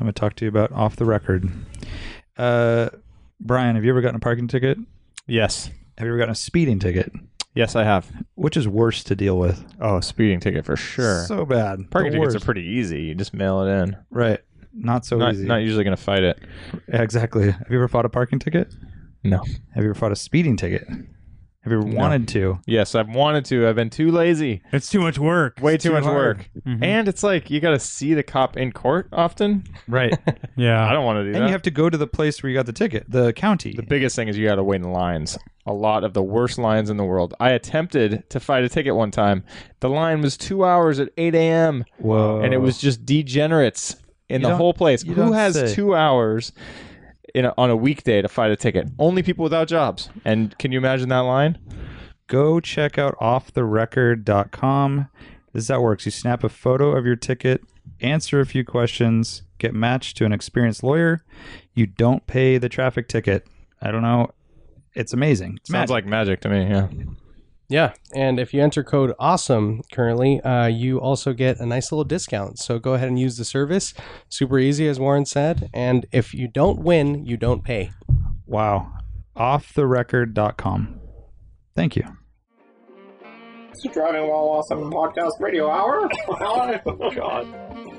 going to talk to you about off the record. Uh, Brian, have you ever gotten a parking ticket? Yes. Have you ever gotten a speeding ticket? Yes, I have. Which is worse to deal with? Oh, speeding ticket for sure. So bad. Parking The tickets worst. are pretty easy. You just mail it in. right. Not so Not, easy. not usually going to fight it. exactly. Have you ever fought a parking ticket? No. Have you ever fought a speeding ticket? Have you ever No. wanted to? Yes, I've wanted to. I've been too lazy. It's too much work. Way too, too much hard. work. Mhm. And it's like you got to see the cop in court often. Right. Yeah. I don't want to do that. and you have to go to the place where you got the ticket, the county. the biggest thing is you got to wait in lines. A lot of the worst lines in the world. I attempted to fight a ticket one time. The line was two hours at 8 a.m. Whoa. and it was just degenerates in You the don't- whole place. you Who don't has say. two hours in a, on a weekday to fight a ticket? Only people without jobs. And can you imagine that line? go check out offtherecord.com. This is how it works. You snap a photo of your ticket, answer a few questions, get matched to an experienced lawyer. You don't pay the traffic ticket. I don't know. It's amazing. It's Sounds magic. like magic to me. Yeah. Yeah, and if you enter code awesome currently, uh, you also get a nice little discount. So go ahead and use the service. Super easy, as Warren said. And if you don't win, you don't pay. wow. Offtherecord.com. Thank you. Driving While Awesome Podcast Radio Hour. oh, God.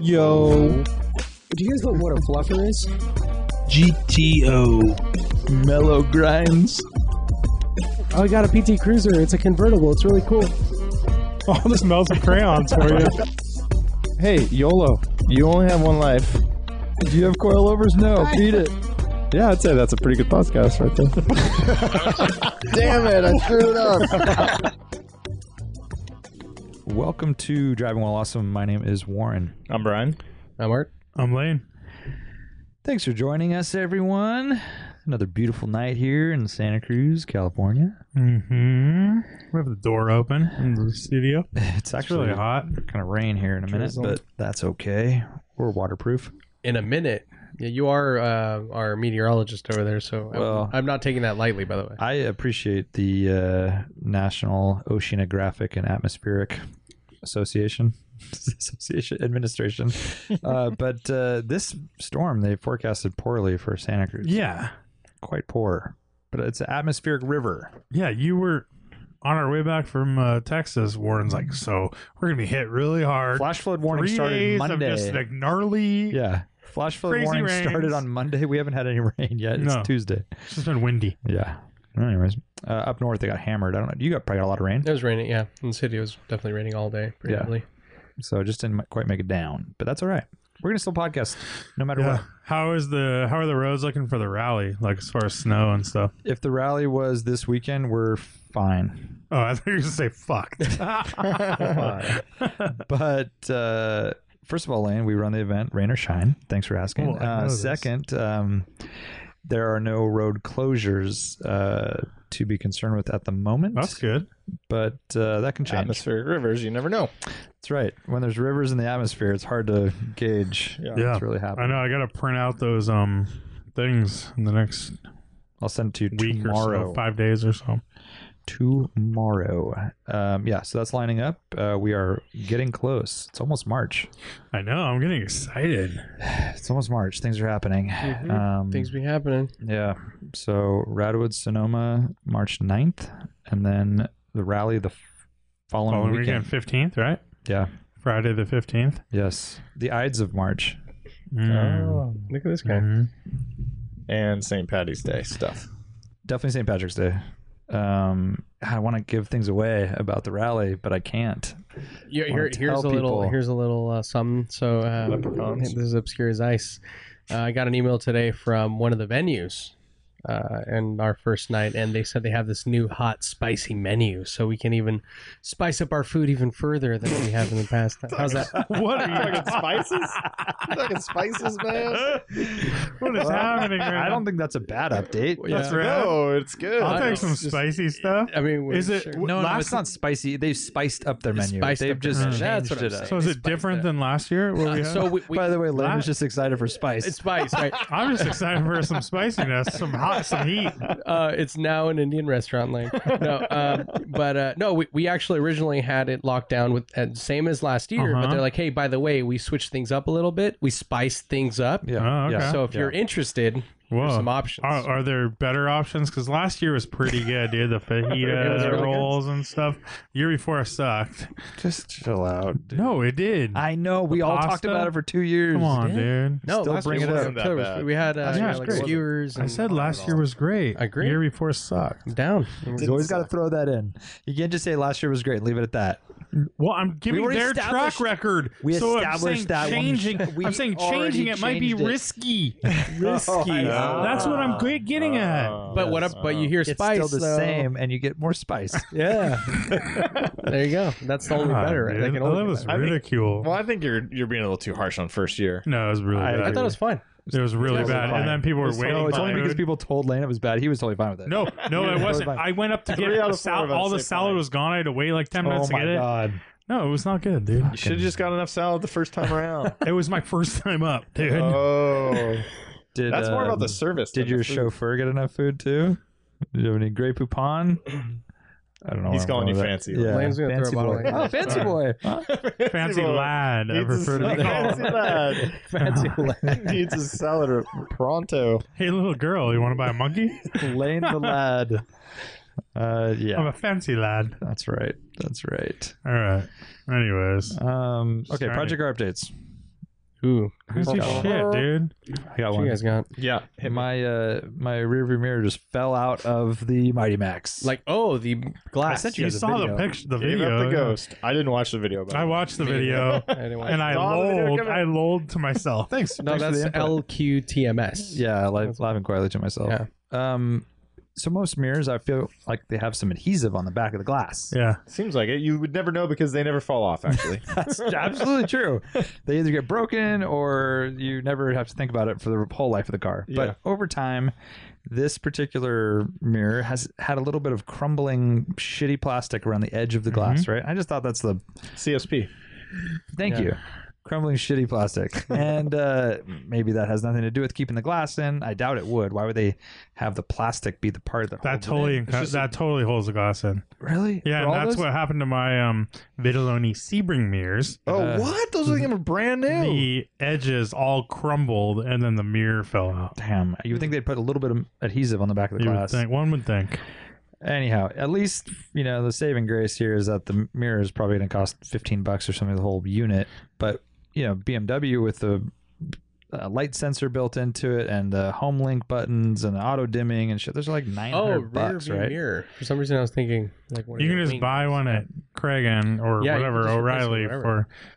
Yo, Do you guys know what a fluffer is? GTO mellow grinds. Oh, I got a PT Cruiser. It's a convertible. It's really cool. All the smells of crayons for you. Hey, YOLO, You only have one life. do you have coilovers? No, beat it. Yeah, I'd say that's a pretty good podcast right there. Welcome to Driving While Awesome. My name is Warren. I'm Brian. I'm Art. I'm Lane. Thanks for joining us, everyone. Another beautiful night here in Santa Cruz, California. Mm-hmm. We have the door open in the studio. It's It's really hot. Kind of rain here in a minute, Drizzled. but that's okay. We're waterproof. In a minute. Yeah, you are uh, our meteorologist over there, so I'm- Well- I'm not taking that lightly, by the way. I appreciate the uh, National Oceanographic and Atmospheric Association Association Administration, uh, but uh, this storm they forecasted poorly for Santa Cruz. Yeah. quite poor. But it's an atmospheric river. Yeah, you were on our way back from uh, Texas. Warren's like, so we're gonna be hit really hard. Flash flood warning Three started days Monday. of just like gnarly. yeah, flash flood Crazy warning rains. started on Monday. We haven't had any rain yet. It's No. Tuesday. It's just been windy. Yeah. Anyways, uh, up north they got hammered. I don't know. You got probably got a lot of rain. It was raining, yeah. In the city, it was definitely raining all day, pretty Yeah. heavily. so it just didn't m- quite make it down. But that's all right. We're gonna still podcast no matter Yeah. what. How is the how are the roads looking for the rally? Like as far as snow and stuff. If the rally was this weekend, we're fine. Oh, I thought you were gonna say fucked. Fine. but uh, first of all, Lane, we run the event, rain or shine. Thanks for asking. Well, Oh, I know uh, this. second, um, there are no road closures uh, to be concerned with at the moment. That's good. But uh, that can change. Atmospheric rivers. You never know. That's right. When there's rivers in the atmosphere, it's hard to gauge. Yeah, Yeah. what's really happening. I know. I gotta print out those um things in the next I'll send it to you week tomorrow. or so, five days or so. tomorrow. Um, yeah, so that's lining up. Uh, we are getting close. It's almost March. I know. I'm getting excited. It's almost March. Things are happening. Mhm. Um, Things be happening. yeah. So Radwood, Sonoma, March 9th, and then the rally the f- following, Following weekend. weekend, 15th, right? Yeah. Friday the 15th. Yes. The Ides of March. Oh, Mm. Look at this guy. Mhm. And St. Patty's Day stuff. Definitely St. Patrick's Day. Um, I want to give things away about the rally, but I can't. Yeah, wanna here, tell here's a little people. here's a little uh, something. So uh, Leprechauns. this is obscure as ice. Uh, I got an email today from one of the venues, uh, and our first night, and they said they have this new hot spicy menu, so we can even spice up our food even further than we have in the past. How's that? What are you spices? Fucking spices, man. What is happening right I now? don't think that's a bad update. Yeah. That's rad. it's good. I'll take some It's just- spicy stuff. I mean, we're Is it- sure. w- No, no, Last- it's not spicy. They've spiced up their It's menu. spiced They've up their just menu. changed That's what I'm it up. saying. So is they it spiced different it. than last year? Where we Uh, had? so we, we By the way, Lynn Last- was just excited for spice. it's spice, right? I'm just excited for some spiciness, some hot some heat. uh, it's now an Indian restaurant lane. No, um, but uh, no, we, we actually originally had it locked down with uh, same as last year. But Uh-huh. they're like, hey, by the way, we switched things up a little bit. We spiced things up. Yeah. Oh, okay. Yeah. So if you're interested, Whoa. there's some options. Are, are there better options? Because last year was pretty good, dude. It The was fajita really good. rolls and stuff. The year before sucked. Just chill out. No, it did. I know. We all talked pasta? about it for two years. Come on, dude. no, still last bring year it was up. October. That bad. We had uh, Yeah, yeah, it's like great. skewers. I and- said last year was great. Agree. The year before sucked. I'm down. You always got to throw that in. You can't just say last year was great. Leave it at that. Well, I'm giving already their track established- record. we so I'm established saying that one. changing. We I'm saying already changing it might be changed it. risky. Oh, Risky. That's what I'm g- getting Oh, at. But what? Up, but you hear It's spice. still the though. same, and you get more spice. Yeah. there you go. That's the only better. Right? dude. They can Oh, only that get was better. I think- ridicule. Well, I think you're you're being a little too harsh on first year. no, it was really bad. I thought it was fine. it was really was bad. fine. And then people were waiting. no, it's for only because food. people told Lane it was bad. He was totally fine with it. No, no, it wasn't. fine. I went up to get Three out of four sal- of us all the say salad fine. was gone. I had to wait like ten Oh minutes to my get it. god. No, it was not good, dude. You should have just got enough salad the first time around. It was my first time up, dude. oh, Did, that's more about um, the service. Did than your the food. chauffeur get enough food too? Did you have any Grey Poupon? I don't know. where He's I'm calling you with that. fancy. Yeah. Lane's gonna throw a fancy bottle boy. at you. Oh, fancy boy. Fancy lad, I Needs a prefer to be salad. called. Fancy Fancy lad. Needs a salad pronto. Hey, little girl, you want to buy a monkey? Lane the lad. Uh, yeah, I'm a fancy lad. that's right. That's right. All right. Anyways, Um, Just okay, trying Project R updates. Ooh, who's your Purple. shit, dude? I got what you one. guys got? Yeah, Hey, my uh, my rearview mirror just fell out of the Mighty Max. Like, oh, the I glass. sent You guys a saw the video. picture, the Gave video. up the ghost. I didn't watch the video. But I watched the video I didn't watch and I Saw the video lolled. coming. I lolled to myself. thanks. No, thanks for that's the input. LQTMS. Yeah, live, live inquiry to myself. Yeah. Um, so most mirrors, I feel like they have some adhesive on the back of the glass. Yeah. Seems like it. You would never know because they never fall off. Actually, That's absolutely true. They either get broken or you never have to think about it for the whole life of the car. Yeah. But over time, this particular mirror has had a little bit of crumbling, shitty plastic around the edge of the glass, right? I just thought that's the CSP. Thank Yeah. you. Crumbling, shitty plastic. and uh, maybe that has nothing to do with keeping the glass in. I doubt it would. Why would they have the plastic be the part that That holds it in? totally encu- that totally holds the glass in. really? For Yeah, and all that's those? what happened to my um Vitelloni Sebring mirrors. Oh, Uh, what? Those are even brand new. The edges all crumbled, and then the mirror fell out. Damn, you would think they'd put a little bit of adhesive on the back of the You would glass. think one would think. Anyhow, at least you know the saving grace here is that the mirror is probably going to cost fifteen bucks or something the whole unit. But you know BMW with the uh, light sensor built into it and the home link buttons and the auto dimming and shit. There's like nine Oh, hundred rear bucks, view right? mirror. For some reason, I was thinking like one of You the can just wings. buy one at Cragen or Yeah, you can whatever just replace it O'Reilly with for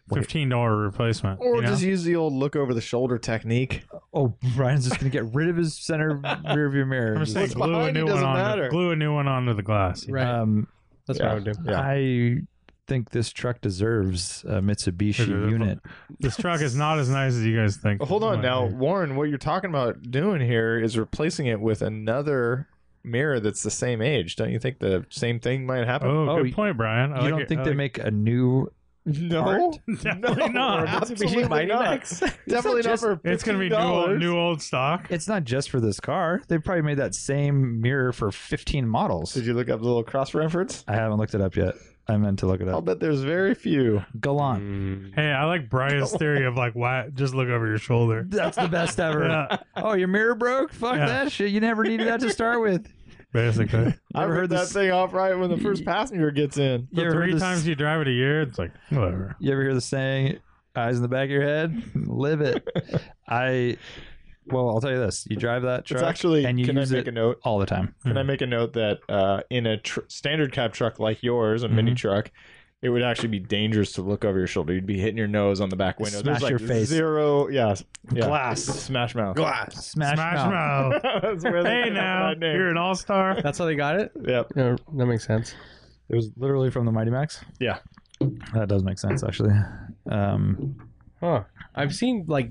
whatever. fifteen dollar replacement. Or you know? just use the old look over the shoulder technique. Oh, Ryan's just going to get rid of his center rearview mirror. I'm just saying, What's glue a behind it new one doesn't on. matter. glue a new one onto the glass. Right. Um, That's Yeah. what I would do. Yeah. I think this truck deserves a Mitsubishi Deserve- unit. This truck is not as nice as you guys think. Hold on Might now, be. Warren. What you're talking about doing here is replacing it with another mirror that's the same age. Don't you think the same thing might happen? Oh, Oh, good point, Brian. I you like don't it. think I they like- make a new? no, Definitely not. Absolutely not. Definitely not for It's gonna be new $15. old, new old stock. It's not just for this car. They probably made that same mirror for 15 models. Did you look up the little cross reference? I haven't looked it up yet. I meant to look it I'll up. bet there's very few. Galant. Mm. Hey, I like Brian's theory of like, why just look over your shoulder. Mm. That's the best ever. Yeah, Oh, your mirror broke? Fuck Yeah. that shit. You never needed that to start with. basically. I Never heard heard that this- thing off right when the first passenger gets in. You The ever heard three this- times you drive it a year, it's like whatever. You ever hear the saying, eyes in the back of your head? Live it. I, well, I'll tell you this. You drive that It's truck actually. and you can I use make it a note? all the time. Can Hmm. I make a note that uh, in a tr- standard cab truck like yours, a Hmm. mini truck, it would actually be dangerous to look over your shoulder. You'd be hitting your nose on the back window. Smash There's like your face. Zero. Yeah. yeah. Glass. Smash mouth. Glass. Smash, Smash mouth. Mouth. That's where they hey got now, that name. you're an all star. That's how they got it. Yep. No, that makes sense. It was literally from the Mighty Max. Yeah. That does make sense, actually. Um, Huh. I've seen like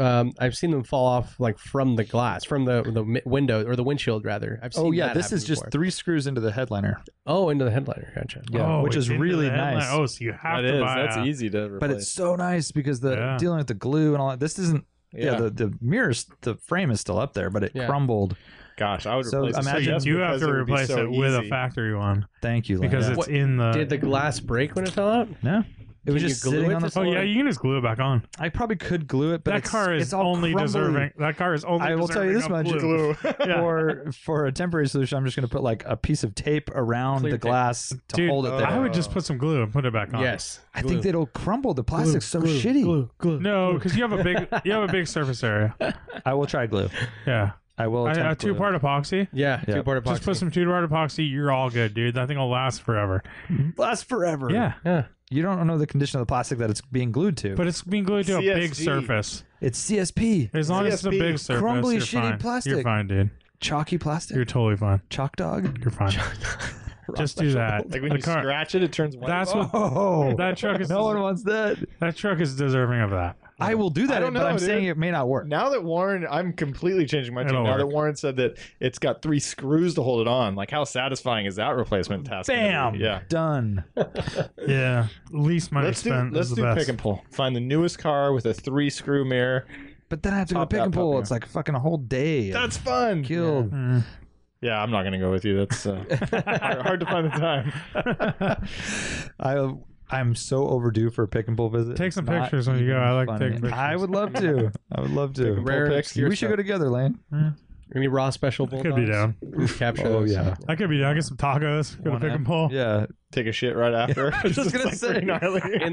um, I've seen them fall off like from the glass, from the the mi- window or the windshield rather. I've seen oh yeah, that this happen is just before. three screws into the headliner. oh into the headliner. Gotcha. Yeah, oh, which it's is into really the headline. nice. Oh, so you have That to is. buy. That's a- easy to replace. But it's so nice because the Yeah. dealing with the glue and all that. This isn't. Yeah, Yeah. the, the mirrors, the frame is still up there, but it Yeah. crumbled Gosh, I would So replace it. imagine- Yes, you because have to it would be replace so it with a easy. factory one Thank you, Lance. because it's What- in the. Did the glass break when it fell out? no, it was Can you just glue sitting it on to the oh floor. yeah, you can just glue it back on. I probably could glue it, but that it's- car is it's all only crumbly. deserving. That car is only. I will tell you this deserving much: of glue. Yeah. for for a temporary solution, I'm just going to put like a piece of tape around Clear the tape. glass to Dude, hold it there. I would just put some glue and put it back on. Yes. I think that it'll crumble. The plastic's so shitty. No, because you have a big you have a big surface area. I will try glue. Yeah, I will. I, a attempt glue. two part epoxy. Yeah, Yeah. two part epoxy. Just put some two part epoxy. You're all good, dude. That thing will last forever. lasts forever. Yeah, you don't know the condition of the plastic that it's being glued to. but it's being glued to a big CSG. surface. it's CSP, As long as it's a CSP. big surface, Crumbly, you're shitty fine. You're plastic. fine, dude. chalky plastic, You're totally fine. chalk dog. You're fine. Just do that. Like when The you car- scratch it, it turns white. That's what Oh, that truck is. no one wants that. that truck is deserving of that. I will do that, I don't but know, I'm dude. saying it may not work. now that Warren, I'm completely changing my It'll tune. Now that work. Warren said that it's got three screws to hold it on, like how satisfying is that replacement task? gonna be? Bam. Yeah. Done. Yeah, least money Let's do spent let's is do the best. pick and pull. Find the newest car with a three screw mirror. But then I have to go Top pick that and pull. puppy. It's like fucking a whole day. of That's fun. killed. Mm. Yeah, I'm not gonna go with you. That's uh, hard, hard to find the time. I I'm so overdue for a pick and pull visit. Take It's some not pictures when you even go. I like funny. taking pictures. I would love to. I would love to. Pull Rare picks, We should go together, Lane. Any raw special That bulldogs? could be down. Capture Oh, those. yeah. That could be down. Get some tacos. Go to One pick up. and pull. Yeah, take a shit right after. I was just gonna say. In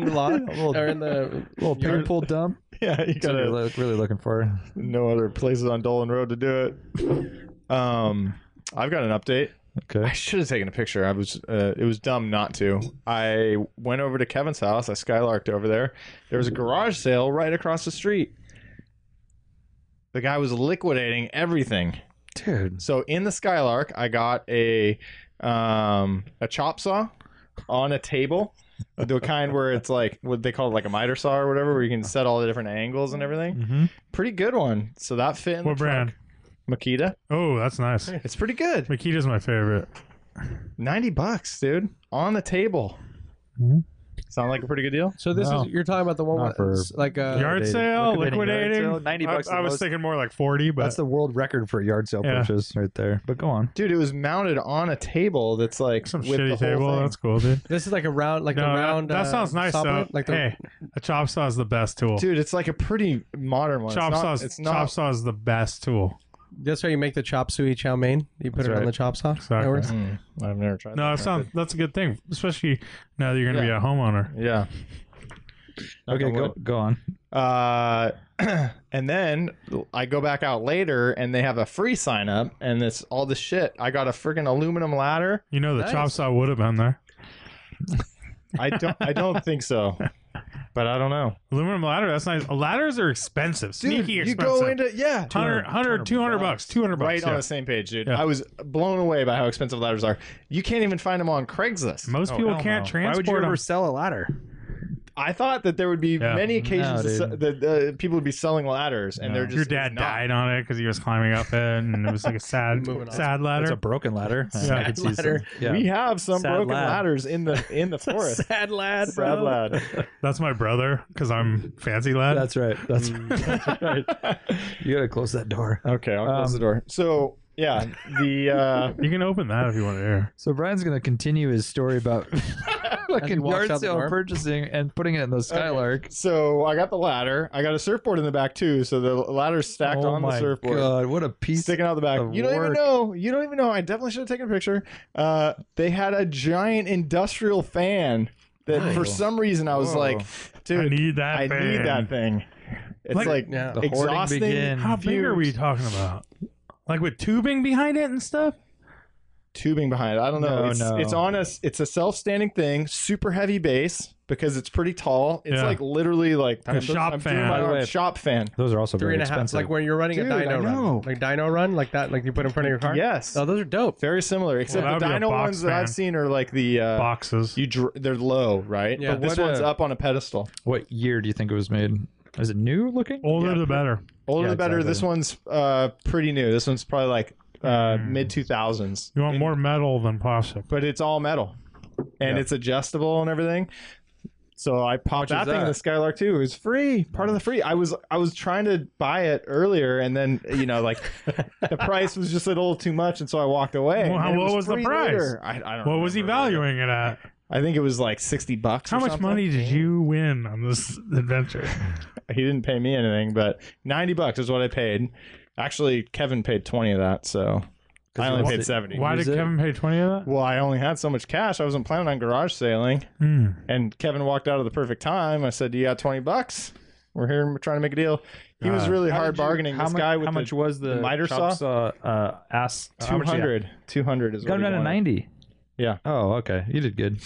the lot or in the little pick and yard. pull dump. yeah, you That's what gotta you're lo- really looking for. no other places on Dolan Road to do it. Um, I've got an update. Okay. I should have taken a picture. I was uh, it was dumb not to. I went over to Kevin's house. I skylarked over there. There was a garage sale right across the street. The guy was liquidating everything. Dude, So in the skylark, I got a um, a chop saw on a table. The kind where it's like what they call it like a miter saw or whatever, where you can set all the different angles and everything. Mhm. Pretty good one. So that fit in What the brand? truck. Makita. Oh, that's nice. It's pretty good. Makita's my favorite. 90 bucks, dude, on the table. Mhm. Sound like a pretty good deal? So this is you're talking about the one Not for- with like uh, yard liquidating- sale, liquidating yard liquidating. sale, 90 bucks I, the I was most. thinking more like forty, but that's the world record for a yard sale Yeah. purchase right there. But go on. Dude, it was mounted on a table that's like some with the shitty whole table. thing. That's cool, dude. This is like a round, like No, the that- round. that, uh, sounds nice stopper, though. Like the, hey, a chop saw is the best tool. Dude, it's like a pretty modern one. it's chop not, saw, is, it's not chop saw is the best tool. that's how you make the chop suey chow mein. You put That's it on right. the chop saw. That Exactly. works. Mm, I've never tried No, that. that sounds that's a good thing, especially now that you're gonna Yeah. be a homeowner. Yeah. Okay, Knock on go go on. wood. Uh, and then I go back out later and they have a free sign up and it's all this shit. I got a freaking aluminum ladder. You know, the Nice. chop saw would have been there. I don't I don't think so. But I don't know. Aluminum ladder. That's nice. Ladders are expensive. Dude, Sneaky you expensive. go into yeah. 100, 200, 200 bucks. 200 bucks. right yeah. on the same page, dude. Yeah. I was blown away by how expensive ladders are. You can't even find them on Craigslist. Most people can't Oh, Why would transport you them. ever sell a ladder? I thought that there would be Yeah. many No, occasions to se- dude. that uh, people would be selling ladders, and they're just Your dad it's not. died on it because he was climbing up it, and it was like a sad, Moving on. sad It's a ladder. broken ladder. Sad I could see ladder. some- Yeah. We have some Sad broken lad. ladders in the in the forest. Sad lad, bro. Sad lad. That's my brother because I'm fancy lad. That's right. That's right. You gotta close that door. Okay, I'll Mm. close Um, the door. So yeah, the uh, you can open that if you want to hear. So Brian's gonna continue his story about fucking walks yard out the sale door. purchasing and putting it in the skylark. so I got the ladder. I got a surfboard in the back too. So the ladder's stacked oh on my the surfboard. god, what a piece! sticking out the back. of You don't even work. know. You don't even know. I definitely should have taken a picture. Uh, they had a giant industrial fan that, for some reason, I was Whoa. like, I dude, need that. I fan. need that thing. It's Like- like, Yeah. the hoarding exhausting. begin. How big are we Fumes. talking about? Like with tubing behind it and stuff? tubing behind it. I don't know. No, it's, no. it's on a. It's a self-standing thing. Super heavy base because it's pretty tall. It's Yeah. like literally like Like a shop I'm doing fan. my By the own way- shop fan. Those are also Three very and a half. expensive. Like when you're running Dude, a I dyno know. run, like dyno run, like that, like you put in front of your car. Yes. Oh, those are dope. Very similar, except that the would be a dino box ones that fan. I've seen are like the uh, Boxes. you dr- they're low, right? Yeah. but this What, one's uh, up on a pedestal. what year do you think it was made? Is it new looking? Older the better. Older Yeah, the better. exactly. This one's uh, pretty new. This one's probably like uh, Hmm. mid two thousands. You want more metal than plastic. But it's all metal, and Yeah. it's adjustable and everything. So I much popped is that, thing in the that? Skylark too. It was free, part Hmm. of the free. I was I was trying to buy it earlier, and then you know like the price was just a little too much, and so I walked away. Well, And how- it what was the free price? later. I, I don't. What was he remember. valuing it at? I think it was like sixty bucks. How or much something. money did you win on this adventure? He didn't pay me anything, but ninety bucks is what I paid. Actually, Kevin paid twenty of that, so Oh, I only paid seventy. Why did it? Kevin pay twenty of that? Well, I only had so much cash. I wasn't planning on garage sailing. Hmm. And Kevin walked out at the perfect time. I said, "Do you got twenty bucks? We're here. and We're trying to make a deal." He was God. really hard bargaining. How this much, guy with how the much was the, miter chop saw? Uh, ass how much did he have? 200 200 is Got what him he down to wanted. ninety. Yeah. Oh, okay. You did good.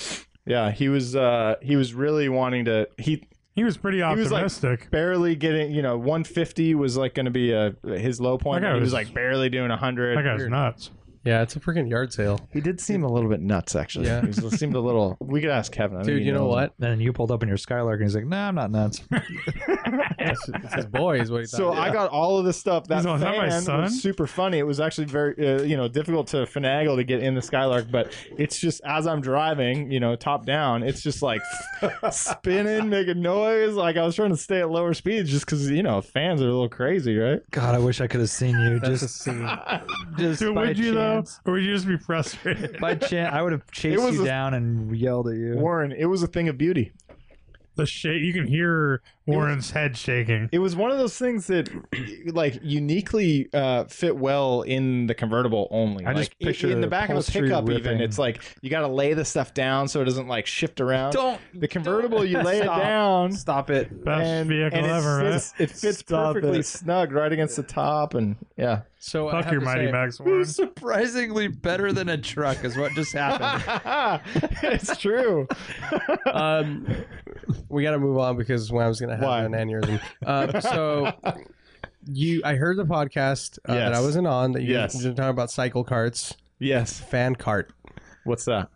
yeah he was uh he was really wanting to he He was pretty was like- optimistic. barely getting you know 150 was like going to be uh his low point That guy he was was- like barely doing 100 that guy's nuts. Yeah, it's a freaking yard sale, he did seem a little bit nuts actually Yeah. he was- seemed a little we could ask kevin I think dude. he You know knows him. what? Then you pulled up in your Skylark, and he's like, "Nah, I'm not nuts." It's his boys. What he so thought. I got all of this stuff. That Is fan that my son? was super funny. It was actually very, uh, you know, difficult to finagle to get in the Skylark, but it's just as I'm driving, you know, top down, it's just like spinning, making noise. Like I was trying to stay at lower speeds just because you know fans are a little crazy, right? God, I wish I could have seen you. Just, just Dude, by would you chance. though? Or would you just be frustrated? By chance, I would have It chased was you a- down and yelled at you. Warren, it was a thing of beauty. the shake you can hear Warren's head shaking. It was one of those things that, like, uniquely uh, fit well in the convertible only. I Like, just i- picture in the the back of a upholstery pickup. Even ripping. it's like you got to lay the stuff down so it doesn't like shift around. Don't The convertible, you lay it down. stop it. Best vehicle it ever, right? fits, it fits Stop perfectly it. snug right against the top, and yeah, so I Fuck have your to mighty say, Max Warren. Surprisingly better than a truck is what just happened. it's true. um, we got to move on because when I was going to have Why? an aneurysm. Um, so you, I heard the podcast uh, that Yes. I wasn't on that you Yes. guys were talking about cycle carts, Yes, fan cart, what's that?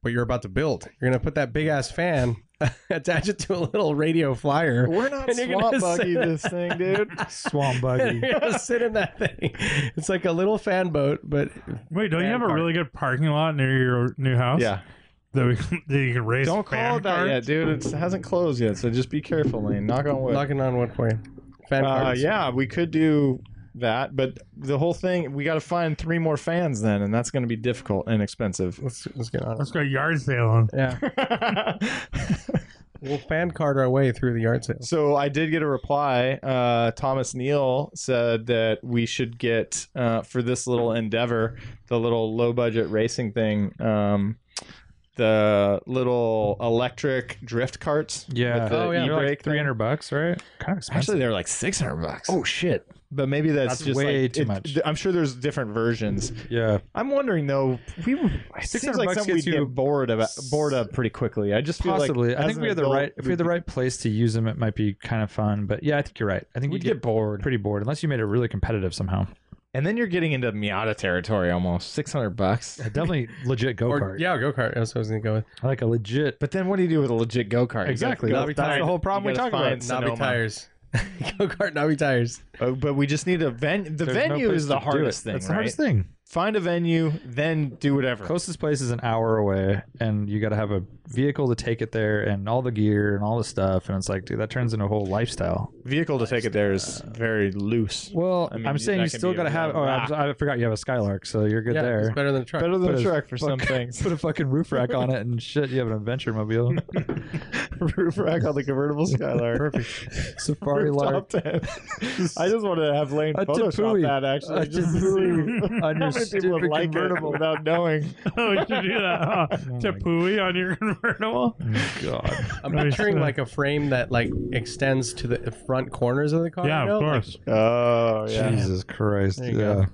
what you're about to build. You're going to put that big ass fan, attach it to a little radio flyer. We're not And you're gonna swamp buggy say- this thing, dude. Swamp and buggy. you're gonna sit in that thing. It's like a little fan boat, but Wait, don't you Fan have a cart. really good parking lot near your new house? yeah, That, we, can- that you can raise don't fan call it that carts? yet, dude. It's, it hasn't closed yet, so just be careful, Lane. Knock on wood. knocking on wood for you. Fan uh, carts. yeah, we could do that, but the whole thing, we got to find three more fans then, and that's going to be difficult and expensive. Let's, let's get on it. Let's go yard sailing. Yeah. We'll fan cart our way through the yard sale. So I did get a reply. Uh, Thomas Neal said that we should get uh, for this little endeavor, the little low budget racing thing, um, the little electric drift carts. Yeah. the Oh, yeah, They're like e-brake thing. 300 bucks, right? Kind of expensive. Actually, they're like six hundred bucks. Oh shit! But maybe that's, That's just way like- too it- much. I'm sure there's different versions. yeah. I'm wondering though. We it seems 600 like bucks something we gets you- get bored of bored of pretty quickly. I just feel Possibly. Like, I as think an we had the adult, right. If we had the right place to use them, it might be kind of fun. But yeah, I think you're right. I think We'd you'd get bored. pretty bored unless you made it really competitive somehow. And then you're getting into Miata territory almost. Six hundred bucks. Definitely legit go Or, kart. yeah, go kart. That's what I was gonna go with. I like a legit. But then what do you do with a legit go kart? Exactly. That's That'll be the tired. whole problem we You talk gotta about. find Knobby tires. go kart knobby tires. Uh, but we just need a venue. The There's no venue place is the to do hardest it. thing, That's right? the hardest thing. Find a venue, then do whatever. Closest place is an hour away, and you got to have a vehicle to take it there, and all the gear and all the stuff. And it's like, dude, that turns into a whole lifestyle. Vehicle to take it there is very loose. Well, I I mean, am saying that you can still be got a to real have. Oh, I'm rock. so- I forgot you have a Skylark, so you're good yeah, there. it's better than a truck. Better than But a it's truck for some fuck- things. Put a fucking roof rack on it and shit. You have an adventure mobile, Roof rack on the convertible Skylark. safari lark, Top 10. I just want to have Lane A Photoshop tapui. that actually. A just to tapui see on your how many people would stupid like it convertible. without knowing. Oh, we should do that, huh? to pooey on your convertible? Oh Oh, God, I'm Nice. picturing like a frame that like extends to the front corners of the car. yeah, you know? of course. Oh yeah. Jesus Christ, you go. yeah,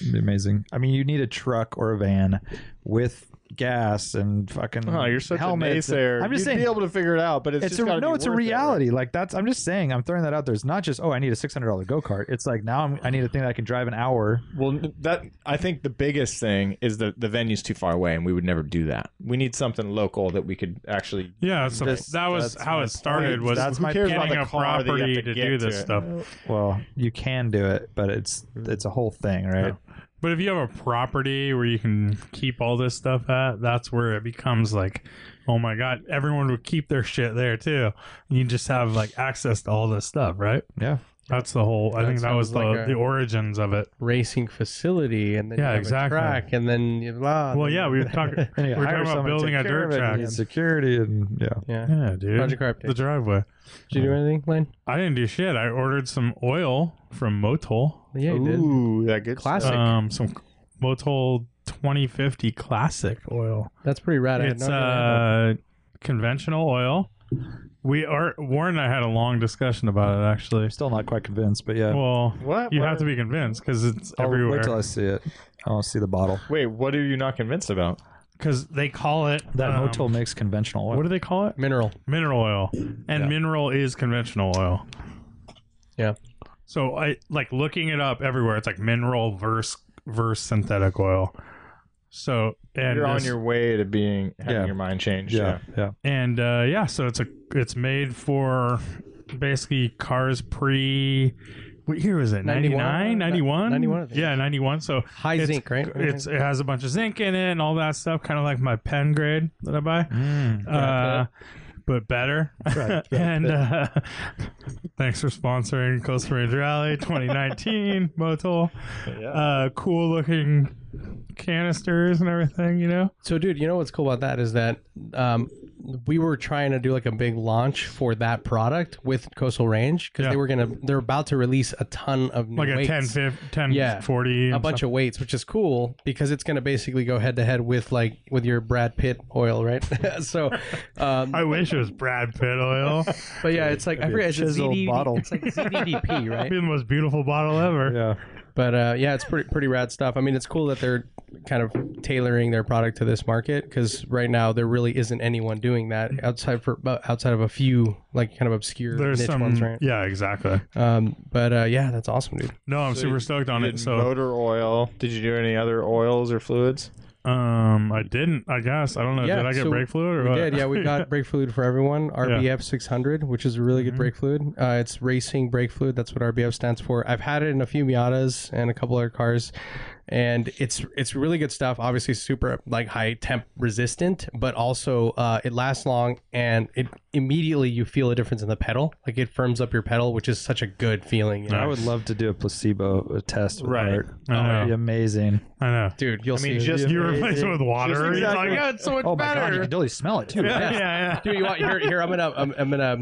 It'd be amazing. I mean, you need a truck or a van with gas and fucking. Oh, you're such Mm-hmm. helmets. uh, a naysayer. I'm just You'd saying, be able to figure it out, but it's, it's just a gotta no, be it's a worth it, right? reality. Like that's I'm just saying, I'm throwing that out there. It's not just oh, I need a six hundred dollar go kart. It's like now I'm, I need a thing that I can drive an hour. Well, that I think the biggest thing is that the venue's too far away, and we would never do that. We need something local that we could actually. Yeah, so This- that was that's how my it started. point. Was That's who my cares point. getting a About the car that you have property to to get do to this it. stuff? Well, you can do it, but it's it's a whole thing, right? But if you have a property where you can keep all this stuff at, that's where it becomes like, oh my god, everyone would keep their shit there too. And you just have like access to all this stuff, right? Yeah. That's the whole. I That think that was the, sounds like a- the origins of it. racing facility and then Yeah, you have exactly. a track and then you blah. Well, yeah, we were talking. And you We're hire talking about someone to building take a care of dirt it, track. You need security and yeah. yeah. yeah, dude. Project Car update. The driveway. Did you do anything, Lane? I didn't do shit. I ordered some oil from Motul. Yeah, you did. Ooh, that good Classic. stuff. Um, some Motul 2050 classic oil. That's pretty rad. I had no it's idea they had that. uh, conventional oil. We are Warren and I had a long discussion about it actually. I'm still not quite convinced, but yeah. Well, What? you What have to are- be convinced because it's Oh, I'll everywhere. wait till I see it. I want to see the bottle. Wait, what are you not convinced about? Because they call it That um, motel makes conventional oil. What do they call it? mineral. Mineral oil, and mineral is conventional oil. Yeah. So I like looking it up everywhere. It's like mineral verse verse synthetic oil. So and You're on this- your way to being having Yeah. your mind changed. yeah, yeah. and uh, yeah, so it's a it's made for basically cars pre. What year was it? 99? 91? 91? 91, I think. Yeah, 91. So High it's- zinc, right? It's it has a bunch of zinc in it and all that stuff, kind of like my pen grade that I buy, Mm, uh, but better. and uh, thanks for sponsoring Coast Range Rally 2019 Motul. Uh, cool looking canisters and everything, you know. So, dude, you know what's cool about that is that um, we were trying to do like a big launch for that product with Coastal Range because Yeah. they were gonna they're about to release a ton of new Like a weights, 10, 50, 10 Yeah. 40. a and bunch of weights, which is cool because it's gonna basically go head to head with like with your Brad Pitt oil, right? so, um, I wish it was Brad Pitt oil. but yeah, it's like I forget it's a chiseled ZD bottle. It's like ZDDP, right? Be the most beautiful bottle ever. Yeah. But uh, yeah, it's pretty pretty rad stuff. I mean, it's cool that they're kind of tailoring their product to this market because right now there really isn't anyone doing that outside for but outside of a few like kind of obscure There's niche some, ones, right? yeah, exactly. Um, but uh, yeah, that's awesome, dude. No, I'm So super you stoked on You it. did So, motor oil. Did you do any other oils or fluids? um, I didn't. I guess I don't know. Yeah, Oh, did I get so brake fluid or We what? did, yeah. We've got brake fluid for everyone. RBF 600, which is a really Mm-hmm. good brake fluid. Uh, it's racing brake fluid. That's what RBF stands for. I've had it in a few Miatas and a couple other cars, and it's it's really good stuff. Obviously, super like high temp resistant, but also uh, it lasts long and it immediately you feel a difference in the pedal. Like it firms up your pedal, which is such a good feeling. You know? I would love to do a placebo test. With Right. Art. I know. That'd be amazing. I know. Dude, you'll see. You replace it with water. He's like, "Yeah, it's so much Oh my god, you better. can totally smell it too. yeah, yeah. Dude, you want, here, here, I'm gonna, I'm, I'm gonna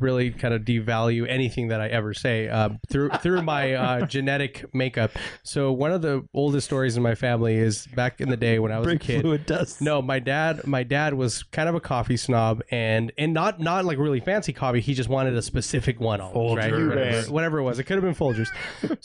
really kind of devalue anything that I ever say uh, through through my uh, genetic makeup. So one of the oldest stories in my family is back in the day when I was a kid. fluid does. No, my dad, my dad was kind of a coffee snob, and and not not like really fancy coffee. He just wanted a specific one, always, right? Folgers. Whatever, whatever it was, it could have been Folgers.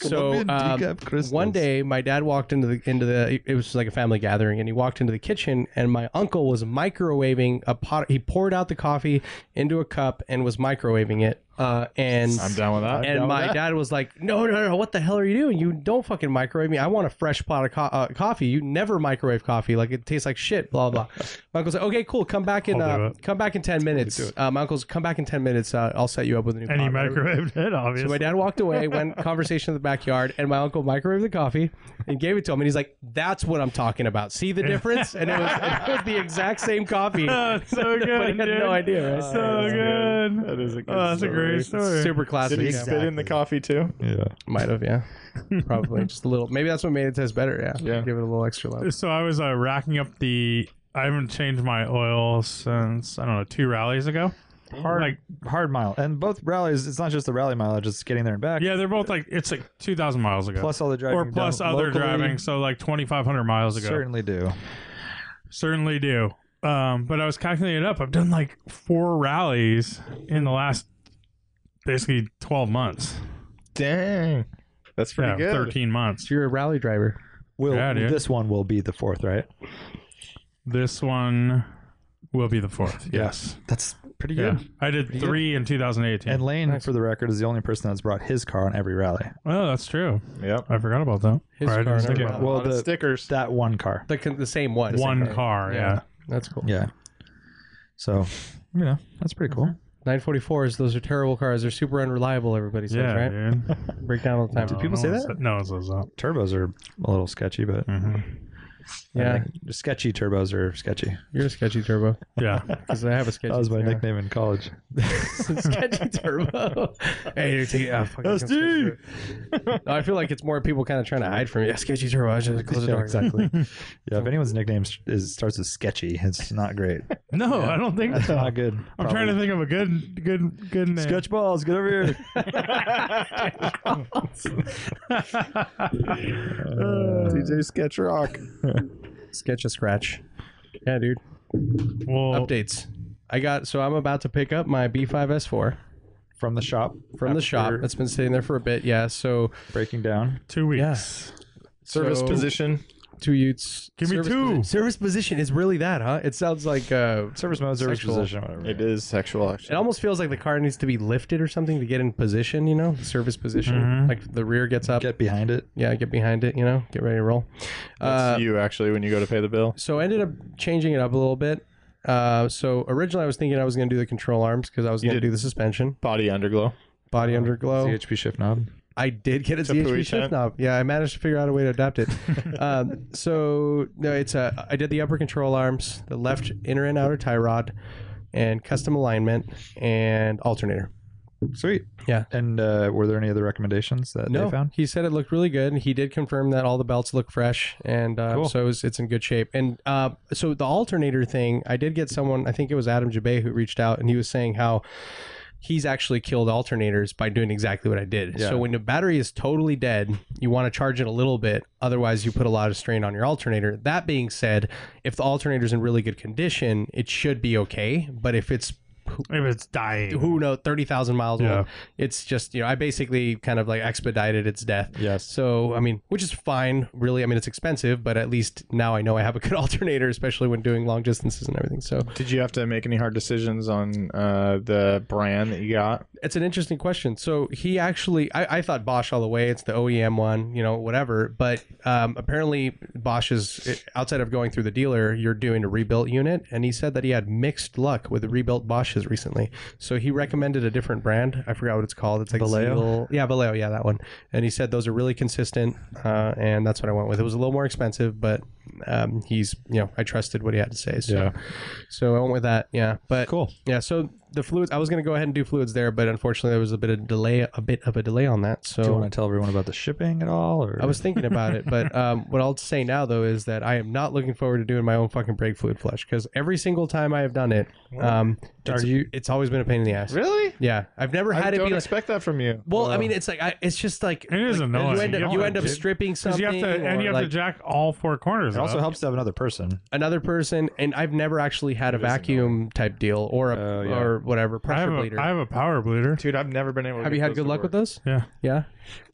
so Colombian decaf um, crystals. one day, my dad walked into the into the. It was like a family gathering, and he walked into the kitchen, and my uncle was microwaving a pot. He poured out the coffee into a cup and was microwaving it. Uh, and I'm down with that. and my dad was like, "No, no, no! What the hell are you doing? You don't fucking microwave me. I want a fresh pot of co- uh, coffee. You never microwave coffee. Like it tastes like shit." Blah blah. my uncle's like, "Okay, cool. Come back in. I'll do Uh, it." come back in ten minutes." Uh, my uncle's, "Come back in ten minutes. Uh, I'll set you up with a new." And he pot." microwaved it, So my obviously. dad walked away, went conversation in the backyard, and my uncle microwaved the coffee and gave it to him. And he's like, "That's what I'm talking about. See the difference?" And it was, it was the exact same coffee. Oh, it's so good. But he had dude. no idea, right? So good. That is a good Oh, that's a story. great story. Super Did classic. he Yeah. spit in the coffee too? Yeah. Might have, yeah. Probably just a little. Maybe that's what made it taste better. Yeah. Yeah. Give it a little extra love. So I was uh, racking up the. I haven't changed my oil since I don't know two rallies ago. Hard Like hard mile. And both rallies, it's not just the rally mileage, it's getting there and back. yeah, they're both like it's like two thousand miles ago. Plus all the driving. or you've plus done other locally, driving, so like twenty five hundred miles ago. Certainly do. Certainly do. Um, but I was calculating it up. I've done like four rallies in the last basically 12 months. Dang, that's pretty yeah, good. 13 months. So you're a rally driver. Will Yeah, dude. this one will be the fourth, right? This one will be the fourth. Yes. That's pretty Yeah. good. I did three in 2018. And Lane, for the record, is the only person that's brought his car on every rally. oh, that's true. Yep. I forgot about that. His Or I didn't car, think never about mind. Well, Well, the the, stickers. that one car. The, con- the same one. it. one car. Yeah. That's cool. Yeah. So, you know, that's pretty cool. 944s, those are terrible cars. They're super unreliable, everybody says, yeah, right? dude. Break down all the time. No, people no say one that? sa- No one says that. Turbos are a little sketchy, but Mhm. Yeah, uh, sketchy turbos are sketchy. you're a sketchy turbo. Yeah. Because I have a sketchy That was my yeah. nickname in college. sketchy turbo. hey, you're taking, oh, fuck, I'm sketchy turbo. no, I feel like it's more people kind of trying to hide from you. Yeah, sketchy turbo. I should close the Yeah, door. exactly. yeah, if anyone's nickname s- is starts with sketchy, it's not great. No, I don't think That's so. not good. I'm trying to think of a good, good, good name. Sketch balls, get over here. DJ Sketch Rock. Sketch a scratch. Yeah, dude. well, Updates. I got so I'm about to pick up my B5S4 From the shop, from the shop. After- It's been sitting there for a bit. Yeah, so breaking down. two weeks. Service so- position. two utes. Give me service two. posi- service position is really that, huh? It sounds like uh, Service mode, service Sexual. position, whatever. It is sexual it action. almost feels like the car needs to be lifted or something to get in position. You know, the service position. Like the rear gets up. Get behind it. yeah, get behind it. You know, get ready to roll. Uh, That's you actually when you go to pay the bill. so I ended up changing it up a little bit. Uh, so originally I was thinking I was going to do the control arms because I was going to did- do the suspension, Body underglow. body underglow. CHP shift knob. I did get a a Pui ZHP shift tent. knob. Yeah, I managed to figure out a way to adapt it. um, so no, it's a. I did the upper control arms, the left inner and outer tie rod, and custom alignment and alternator. Sweet. Yeah. And uh, were there any other recommendations that No, they found? he said it looked really good, and he did confirm that all the belts look fresh, and uh, Cool. so it was, it's in good shape. And uh, so the alternator thing, I did get someone. I think it was Adam Jabe who reached out, and he was saying how. He's actually killed alternators by doing exactly what I did. Yeah. So when the battery is totally dead, you want to charge it a little bit. Otherwise, you put a lot of strain on your alternator. That being said, if the alternator's in really good condition, it should be okay. But if it's If it's dying. who knows, 30,000 miles Yeah. old. It's just, you know, I basically kind of like expedited its death. Yes. So, I mean, which is fine, really. I mean, it's expensive, but at least now I know I have a good alternator, especially when doing long distances and everything. So, Did you have to make any hard decisions on uh, the brand that you got? it's an interesting question. So, he actually, I, I thought Bosch all the way. It's the OEM one, you know, whatever. But um, apparently, Bosch is outside of going through the dealer, you're doing a rebuilt unit. And he said that he had mixed luck with the rebuilt Bosches recently. So, he recommended a different brand. I forgot what it's called. It's like Vallejo? Zeal- Yeah, Vallejo. Yeah, that one. And he said those are really consistent, uh, and that's what I went with. It was a little more expensive, but um, he's you know I trusted what he had to say. So, so I went with that. Yeah, but Cool. Yeah, so the fluids. I was going to go ahead and do fluids there, but unfortunately there was a bit of delay, a bit of a delay on that. So Do you want to tell everyone about the shipping at all? Or I was thinking about it, but um, what I'll say now though is that I am not looking forward to doing my own fucking brake fluid flush because every single time I have done it, um, it's, it's always been a pain in the ass. Really? Yeah, I've never I had it don't be like. expect that from you. Well, I mean, it's like I, it's just like It is like, annoying. You end You up, you don't end up have to. stripping Because something, you have to, and or, you have to like, jack all four corners. it also up. helps to have another person. another person. And I've never actually had a vacuum type deal or a Oh, yeah. or whatever Uh, I pressure have, a, bleeder. I have a power bleeder. Dude, I've never been able to have get you had those good to luck with work. those? Yeah. Yeah,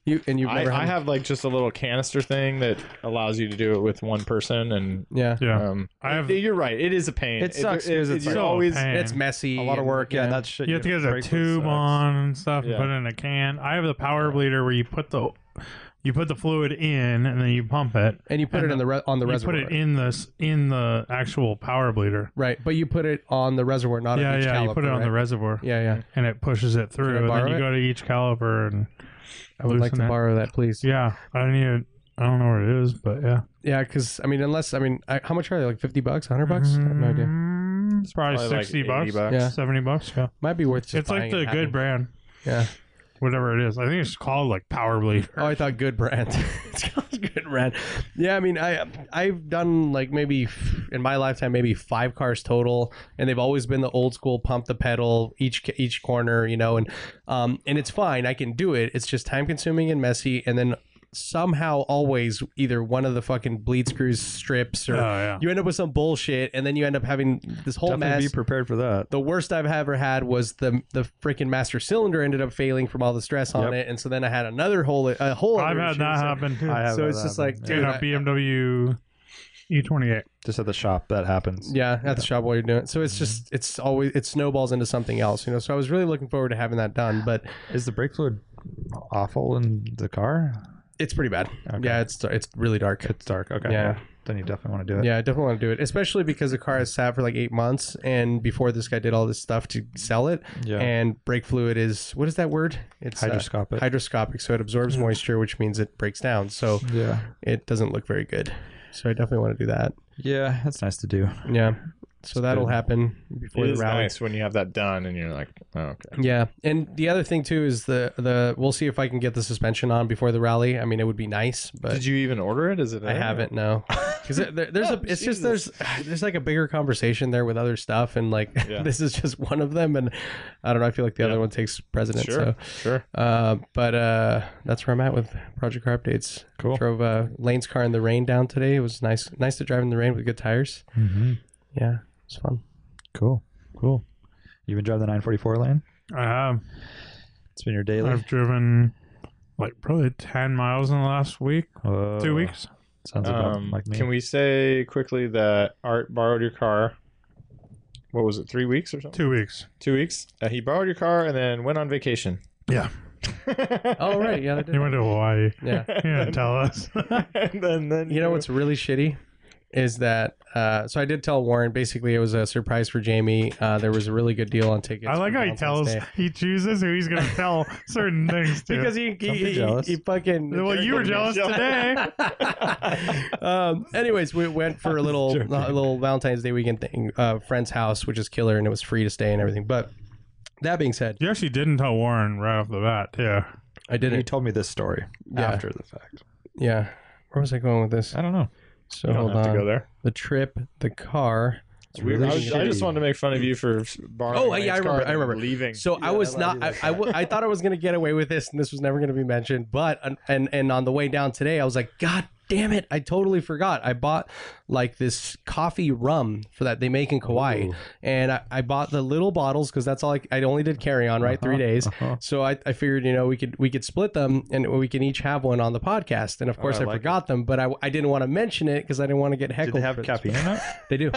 you and you've I, never. had I a- have like just a little canister thing that allows you to do it with one person and Yeah, Yeah. um I have- you're right it is a pain It sucks because it's you're like- always Pain. it's messy. A lot of and, work, yeah, you and know. that's shit. You have to get a brake fluid tube sucks. on and stuff, and Yeah. put it in a can. I have the power bleeder where you put the you put the fluid in and then you pump it. and you put and it in the re- on the you reservoir. put it in this in the actual power bleeder. right, but you put it on the reservoir, not yeah, on each yeah. caliper. you put it on the right? reservoir, Yeah, yeah. and it pushes it through, and borrow then you it? go to each caliper and I would like to loosen it. borrow that, please. Yeah, I need. it. I don't know where it is, but yeah, Yeah, because I mean, unless I mean, I, how much are they? Like fifty bucks, hundred bucks? I have no idea. Mm, It's probably, Probably like sixty 80 bucks, bucks. Yeah. seventy bucks. Yeah, Might be worth. Just it's like buying the it good having- brand, Yeah. whatever it is. I think it's called like power bleeder. Oh, I thought good brand. it's called good brand. Yeah, I mean, I I've done like maybe f- in my lifetime maybe five cars total, and they've always been the old school pump the pedal each each corner, you know, and um and it's fine. I can do it. It's just time consuming and messy, and then somehow always either one of the fucking bleed screws strips or. Oh yeah, You end up with some bullshit, and then you end up having this whole Definitely mess. be prepared for that. the worst I've ever had was the the freaking master cylinder ended up failing from all the stress Yep. on it, and so then I had another whole a whole. I've other had issue, that so- happen. too. I have So that it's just happen. like, Yeah. dude, in I- a BMW E28. just at the shop that happens. Yeah, at the shop while you're doing it. So it's just it's always it snowballs into something else, you know. So I was really looking forward to having that done, but Is the brake fluid awful in the car? it's pretty bad. Okay. Yeah, it's it's really dark. It's dark. Okay. Yeah. Then you definitely want to do it. Yeah, I definitely want to do it, especially because the car has sat for like eight months, and before this guy did all this stuff to sell it, Yeah. and brake fluid is what is that word? It's uh, Hydroscopic. hydroscopic, so it absorbs moisture, which means it breaks down. So yeah. it doesn't look very good. So I definitely want to do that. Yeah, that's nice to do. Yeah. So that'll happen before It the is rally. nice when you have that done and you're like, oh, okay. Yeah, and the other thing too is the the we'll see if I can get the suspension on before the rally. I mean, it would be nice, but Did you even order it? Is it? I there? haven't no, because there, there's a it's just there's there's like a bigger conversation there with other stuff, and like Yeah. this is just one of them, and I don't know. I feel like the other one takes precedence. Sure, So, sure. uh, but uh, that's where I'm at with project car updates. Cool. Drove uh, Lane's car in the rain down today. It was nice nice to drive in the rain with good tires. Mm-hmm. Yeah, it's fun. Cool. Cool. You've been driving the 944 lane? I have. It's been your daily? I've driven like probably 10 miles in the last week, Whoa. two weeks. Sounds about Um, like me. Can we say quickly that Art borrowed your car? What was it? Three weeks or something? Two weeks. Two weeks. Uh, he borrowed your car and then went on vacation. Yeah. Oh right, yeah, they did. He went to Hawaii. yeah. He didn't tell us. and then, then You know what's really shitty is that uh, so I did tell Warren basically it was a surprise for Jamie. Uh, there was a really good deal on tickets. I for like how he Valentine's tells, Day. he chooses who he's going to tell certain things to. because he he, be he, jealous. he fucking well, you were jealous today. um, anyways, we went for a little a little Valentine's Day weekend thing, uh, friend's house, which is killer, and it was free to stay and everything. But that being said, You actually didn't tell Warren right off the bat, too. I he didn't. told me this story Yeah. after the fact. Yeah, where was I going with this? I don't know. So You don't hold have on. to go there. The trip, the car. It's We- really I, was- I shitty. just wanted to make fun of you for borrowing. Oh, yeah, I Lane's car remember, and I remember. leaving. So I was not. I, I, w- I thought I was going to get away with this, and this was never going to be mentioned. But and and on the way down today, I was like, God damn it! I totally forgot. I bought like this coffee rum for that they make in Kauai, and I, I bought the little bottles because that's all I, I only did carry on right three days. Uh-huh. So I, I figured you know we could we could split them and we can each have one on the podcast. And of course I, forgot them, but I, I didn't want to mention it because I didn't want to get heckled. Did they have for this. caffeine in it? They do.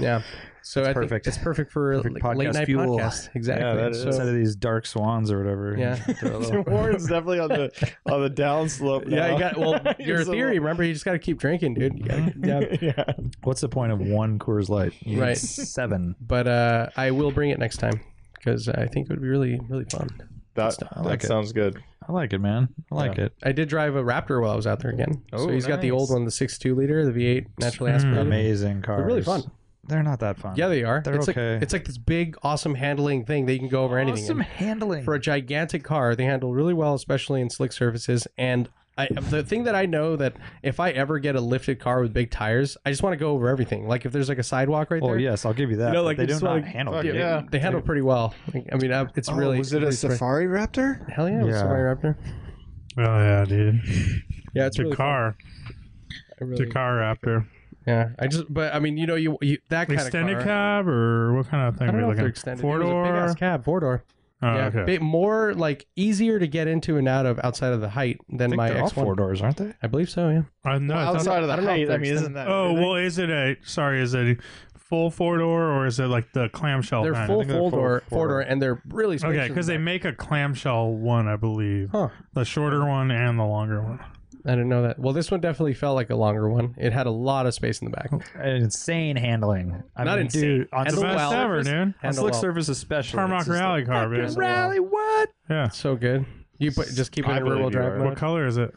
Yeah. So I perfect. perfect. Think it's perfect for Perfect like, late podcast night fuel. podcast. Exactly. Yeah, that is. So- Instead of these dark swans or whatever. Yeah. Throw a little- Warren's definitely on the on the downslope. yeah, you got well. You're Your so- theory, remember, you just got to keep drinking, dude. You gotta, yeah, yeah. What's the point of one Coors Light? You need Right. Seven. but uh, I will bring it next time because I think it would be really, really fun. That, I like that it. sounds good. I like it, man. I like it. I did drive a Raptor while I was out there again. Oh, so he's got the old nice. one, the 6.2 liter, the V8 naturally aspirated. Hmm, Mm, Amazing cars. They're really fun. They're not that fun. Yeah, they are. They're it's okay. like it's like this big, awesome handling thing that you can go over anything. in. Awesome handling. for a gigantic car, they handle really well, especially in slick surfaces. And I, the thing that I know that if I ever get a lifted car with big tires, I just want to go over everything. Like if there's like a sidewalk right oh there, yes, I'll give you that. You know, but like, they they do just not wanna- handle Fuck it. yeah. they handle pretty well. Like, I mean, I, it's really Oh, was it a really surprising. safari raptor? Hell yeah, it was Yeah. a Safari Raptor. Oh, yeah, dude. Yeah, it's to really car. I To really- car after. Yeah, I just but I mean, you know, you, you that kind Extended of car. cab or what kind of I thing don't are know you if looking they're at? extended. Four door? cab, four door. Oh, yeah, okay. bit more like easier to get into and out of outside of the height than my they're all X four one. doors, aren't they? I believe so. Yeah. I know. I thought- Outside of the I don't know height, if they're Oh, I mean, isn't extended. that? oh, everything? well, is it a, sorry, is it a full four door or is it like the clamshell They're kind? full they're four door, full four door, and they're really spacious. Okay, because they make a clamshell one, I believe. Huh. The shorter one and the longer one. I didn't know that. Well, this one definitely felt like a longer one. It had a lot of space in the Oh, back. An insane handling. I Not mean, insane. Dude, on As slick, well. Best Well, ever, it's- dude. on slick well. surface, especially. Tarmac it's just rally car, like, baby. rally, what? Yeah. So good. You put, just keep it I in rear believe wheel you drive are. mode. What color is it?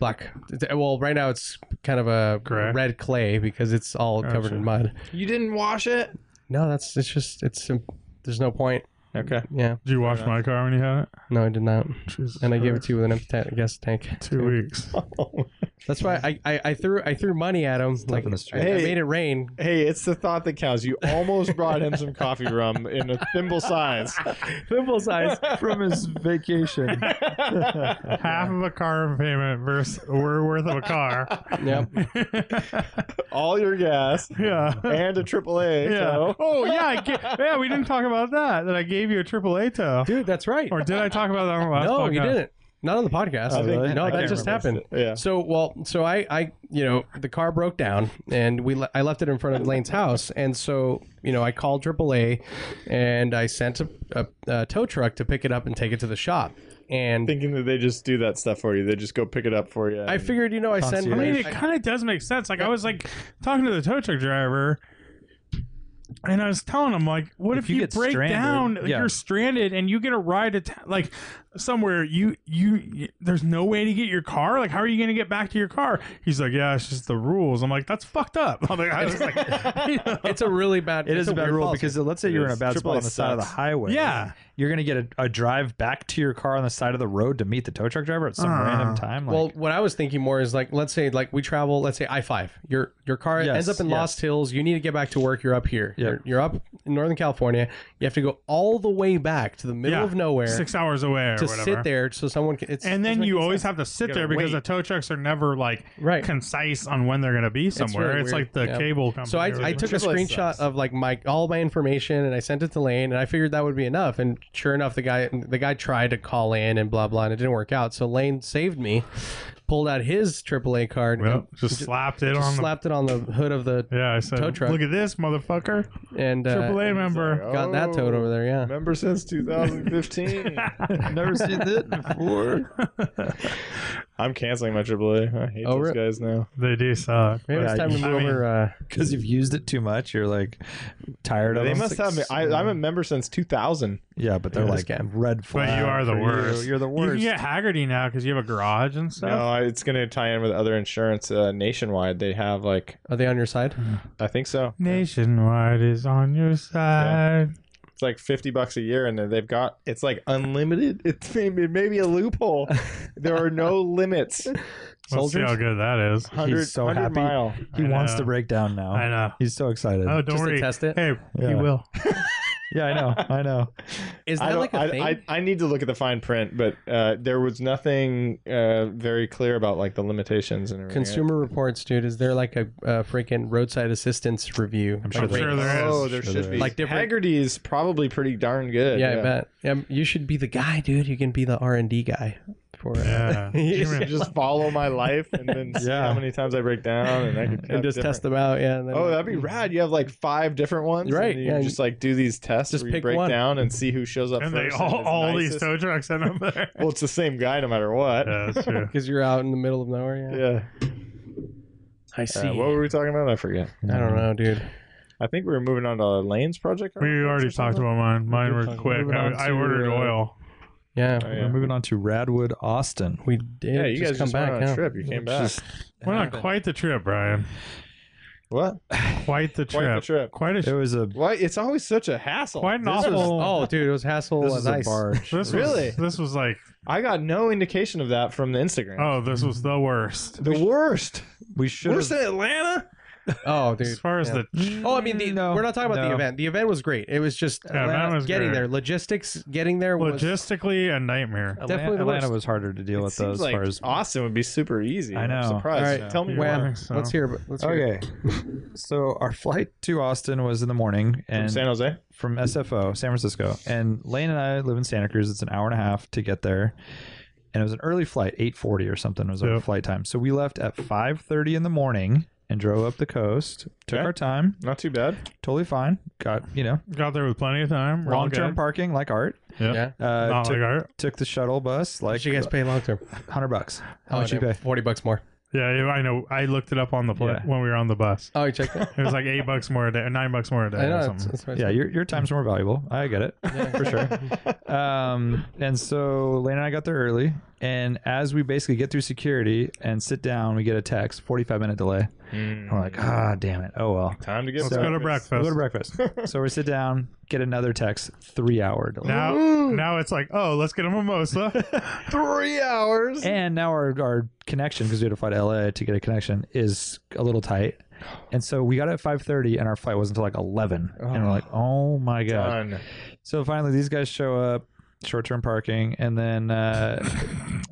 Black. It's- uh, Well, right now it's kind of a Gray. red clay because it's all covered Gotcha. in mud. you didn't wash it. No, that's it's just it's um, there's no point. Okay. Yeah. Did you wash my car when you had it? No, I did not. Jesus And I gave it Christ. to you with an empty ta- gas tank. two weeks. That's why I, I, I threw I threw money at him. Like in the I, street. I Hey. made it rain. Hey, it's the thought that counts. You almost brought him some coffee rum in a thimble size. Thimble size. From his vacation. Half of a car payment versus or worth of a car. Yep. All your gas yeah. and a AAA. Yeah. So. Oh yeah, I ga- yeah. We didn't talk about that. That I gave you a AAA tow, Dude, that's right. or did I talk about that on the last? No, you podcast? didn't. Not on the podcast. really? No, I that can't just remember. happened. Yeah. So well, so I, I, you know, the car broke down, and we, le- I left it in front of Lane's house, and so, you know, I called AAA, and I sent a, a, a tow truck to pick it up and take it to the shop. and Thinking that they just do that stuff for you, they just go pick it up for you. I figured, you know, I send. I mean, I- it kind of does make sense. Like I was like talking to the tow truck driver, and I was telling him like, "What If if, you you, get break stranded- down? yeah. You're stranded, and you get a ride to ta- like somewhere. You, you you there's no way to get your car. Like, how are you going to get back to your car?" He's like, "Yeah, it's just the rules." I'm like, "That's fucked up." I'm like, I was like, you know. it's a really bad. It it's is a bad weird rule policy. because let's say It you're in a is. bad spot AAA on the side of the sucks. highway. Yeah. You're going to get a, a drive back to your car on the side of the road to meet the tow truck driver at some Uh. random time. Like, well, what I was thinking more is like, let's say like we travel, let's say I five. Your your car Yes, ends up in yes. Lost Hills. You need to get back to work. You're up here. Yep. You're, you're up in Northern California. You have to go all the way back to the middle Yeah. of nowhere six hours away or to whatever. sit there so someone can. It's, And then doesn't you make always sense. have to sit gotta there because wait. the tow trucks are never like Right. concise on when they're going to be somewhere. really it's weird. like the Yeah. cable company. So I, or I took a AAA screenshot sucks. of like my all my information and I sent it to Lane and I figured that would be enough and sure enough the guy the guy tried to call in and blah blah and it didn't work out so Lane saved me, pulled out his AAA card, and Well, just slapped it just on slapped it on the hood of the the. Yeah, I said, tow truck. look at this, motherfucker. and uh, AAA member. got that toad over there. Yeah. oh, Oh. Remember since 2015. never seen that before. I'm canceling my AAA. I hate Oh, those re- guys now. They do suck. Maybe Yeah, it's time to you- move over. Uh, Because you've used it too much. You're like tired of They them. must have. Me. I, I'm a member since 2000. Yeah, but they're Yeah, this like guy. red flag. you are the for worst. You're the You worst. can get Haggerty now because you have a garage Oh. and No, stuff. I- it's going to tie in with other insurance uh, nationwide. They have like, are they on your side? I think so. Nationwide is on your side. It's like 50 bucks a year, and then they've got it's like unlimited. It's maybe, it may be a loophole. there are no limits. Let's see Soldiers? how good that is. 100, so 100 happy. mile. he I wants know. to break down now. I know. He's so excited. Oh, don't Just worry. to test it. Hey, Yeah. he will. yeah, I know. I know. Is I that don't- like a I- thing? I, I need to look at the fine print, but uh, there was nothing uh, very clear about like the limitations and everything. Consumer Reports, dude. Is there like a, uh freaking roadside assistance review? I'm sure there is. Oh, there Sure should there be. is. Like different- Haggerty is probably pretty darn good. Yeah, I bet. Um, you should be the guy, dude. You can be the R and D guy for. Uh, Yeah. You remember- Just follow my life and then see Yeah. how many times I break down, and I can and just test them out, yeah. And then Oh, that'd be rad! You have like five different ones, Right, and You yeah. just like do these tests, Just where you pick break one. down and see who shows up and they first. all, is all these nicest. tow trucks in them there. Well, it's the same guy no matter what. yeah, that's true. because you're out in the middle of nowhere. Yeah, yeah. I Uh, see. what were we talking about? I forget. I don't know, dude. I think we were moving on to Lane's project. We already talked about mine. Mine were quick. Moving I, on I to, ordered uh, oil. Yeah, Oh, We're yeah. moving on to Radwood, Austin. we did. yeah, you just guys come just back went on huh? a trip. You came back. We're not quite the trip, Brian. What? Quite the trip. Quite the trip. Quite a It was a. Why? It's always such a hassle. quite an This awful. was- Oh, dude, it was hassle This as is a ice. barge. This Really? Was, this was like, I got no indication of that from the Instagram. oh, this was the worst. the worst. We should have. than Atlanta. Oh, dude. As far as yeah. the Oh, I mean, the, No, we're not talking about no. the event. The event was great. It was just event Atlanta- was getting great. there, logistics, getting there was logistically a nightmare. Atlanta, Definitely the Atlanta worst. was harder to deal It with, though, seems as like far as. Austin would be super easy. I I'm know. surprised. All right. Tell me Yeah. more. I Wham. think so. Let's hear. it. Let's hear. it. Okay. So our flight to Austin was in the morning, From and San Jose. from SFO, San Francisco. And Lane and I live in Santa Cruz. It's an hour and a half to get there. And it was an early flight, 8:40 or something was our Yeah. flight time. So we left at 5:30 in the morning and drove up the coast. Took Okay. our time, Not too bad. totally fine. Got, you know, Got there with plenty of time. We're all long-term good. parking like art. Yeah. Yeah. Uh Not took, like our- took the shuttle bus How like much you guys pay long term? 100 bucks. How much you damn, pay? Forty bucks more. Yeah, yeah, I know. I looked it up on the plane Yeah. when we were on the bus. Oh, you checked that. It was like eight bucks more a day, or nine bucks more a day I know. or That's, something. that's what I Yeah, said. your your time's more valuable. I get it. for sure. Um, and so Lane and I got there early, and as we basically get through security and sit down, we get a text, forty five minute delay. And We're like, ah, damn it. Oh well. Hmm. Time to get Let's go to We'll breakfast. go to breakfast. so we sit down, get another text, three hour delay. Now, now it's like, oh, let's get a mimosa. Three hours. and now our, our connection, because we had to fly to LA to get a connection, is a little tight. And so we got it at five thirty, and our flight was until like eleven. and we're like, oh my god. Done. So finally, these guys show up, short-term parking, and then uh,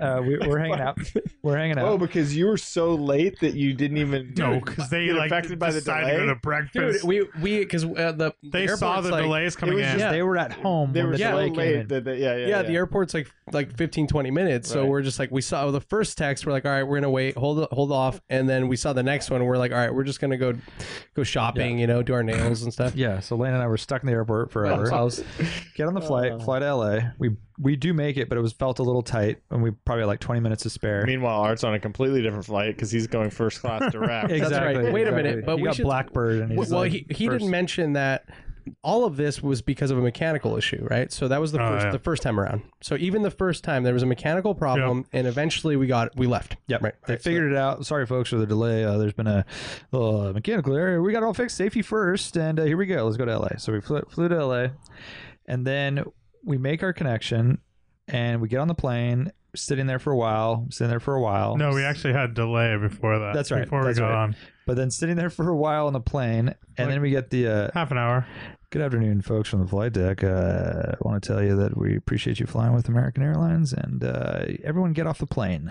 uh, we, we're hanging out. We're hanging Oh, out. because you were so late that you didn't even no, because they Get like affected by the decided to delay? go to breakfast. Dude, we we because uh, the the they saw airport's the like, delays coming was in. just- They were at home. They when were the so delay came late in. that they, yeah, yeah, Yeah, the airport's like like 15, 20 minutes. So Right. we're just like we saw the first text. We're like, all right, we're gonna wait, hold hold off, and then we saw the next one. We're like, all right, we're just gonna go go shopping, you know, do our nails and stuff. yeah, so Lane and I were stuck in the airport forever. Ourselves. Get on the flight, fly to LA. We we do make it, but it was felt a little tight, and we probably had like 20 minutes to spare. Meanwhile, Art's on a completely different flight because he's going first class direct. Exactly. right. Wait a minute, but he we got should- Blackbird, and he's well, like, he, he did first- didn't mention that all of this was because of a mechanical issue, right? So that was the Oh, first yeah. the first time around. So even the first time there was a mechanical problem, and eventually we got we left. Yep. right. They right, so- figured it out. Sorry, folks, for the delay. Uh, there's been a little uh, mechanical error. We got it all fixed. Safety first. And uh, here we go. Let's go to LA. So we flew, flew to LA. And then we make our connection and we get on the plane, sitting there for a while, sitting there for a while. No, we actually had delay before that. That's right, Before that's we got right. on, But then sitting there for a while on the plane. And then we get the. Uh, half an hour. Good afternoon, folks from the flight deck. Uh, I want to tell you that we appreciate you flying with American Airlines, and uh, everyone get off the plane.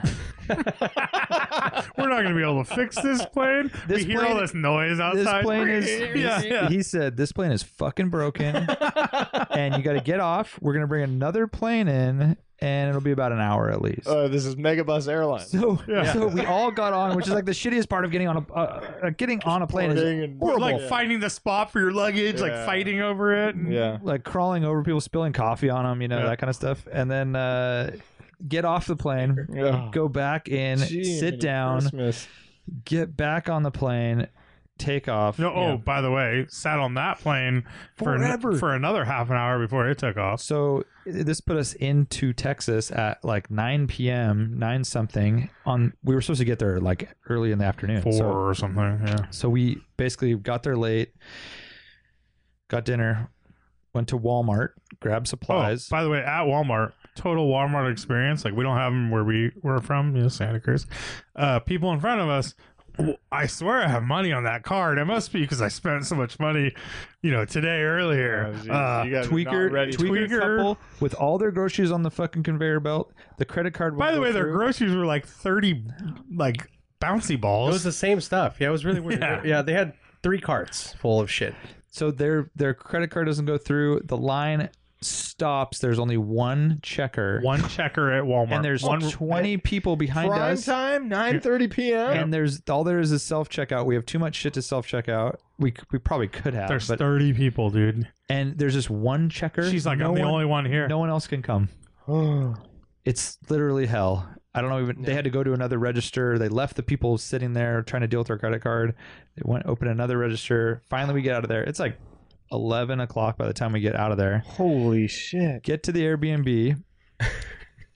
We're not going to be able to fix this plane. This we hear plane- all this noise this outside. plane is. yeah, yeah. He said this plane is fucking broken, and you got to get off. We're gonna bring another plane in, and it'll be about an hour at least. Uh, this is Megabus Airlines. so, yeah. so we all got on, which is like the shittiest part of getting on a uh, uh, getting on a plane is Boarding and- horrible. Like finding the spot for your luggage, like Yeah. fighting over it. and- yeah. like crawling over people, spilling coffee on them, you know Yeah. that kind of stuff, and then uh, get off the plane. Yeah. Go back in, Gee, sit Merry down, Christmas. get back on the plane, take off. No, oh, by the way, sat on that plane for an- Forever. for another half an hour before it took off. So this put us into Texas at like 9 p.m., 9 something. On we were supposed to get there like early in the afternoon. Four So, or something. Yeah. so we basically got there late, got dinner, went to Walmart, grabbed supplies. Oh, by the way, at Walmart, total Walmart experience. Like we don't have them where we were from, you know, Santa Cruz. Uh, people in front of us. w- I swear I have money on that card. It must be because I spent so much money, you know, today earlier. Oh, geez. Uh, You guys are not tweaker, ready. tweaker, Tweaker. couple with all their groceries on the fucking conveyor belt. The credit card. by won't the go way, their through. groceries were like thirty, like bouncy It was balls. the same stuff. Yeah, it was really weird. Yeah. Yeah, they had three carts full of shit. So their their credit card doesn't go through. The line stops. There's only one checker. one checker at Walmart. and there's one 20 people behind Prime us. time, 9:30 p.m. And there's all there is is self checkout. We have too much shit to self checkout. We we probably could have, There's but thirty people, dude. and there's just one checker. She's like, no I'm the one, only one here. No one else can come. it's literally hell. I don't know even. They had to go to another register. They left the people sitting there trying to deal with their credit card. They went open another register. Finally, we get out of there. It's like eleven o'clock by the time we get out of there. Holy shit! get to the Airbnb,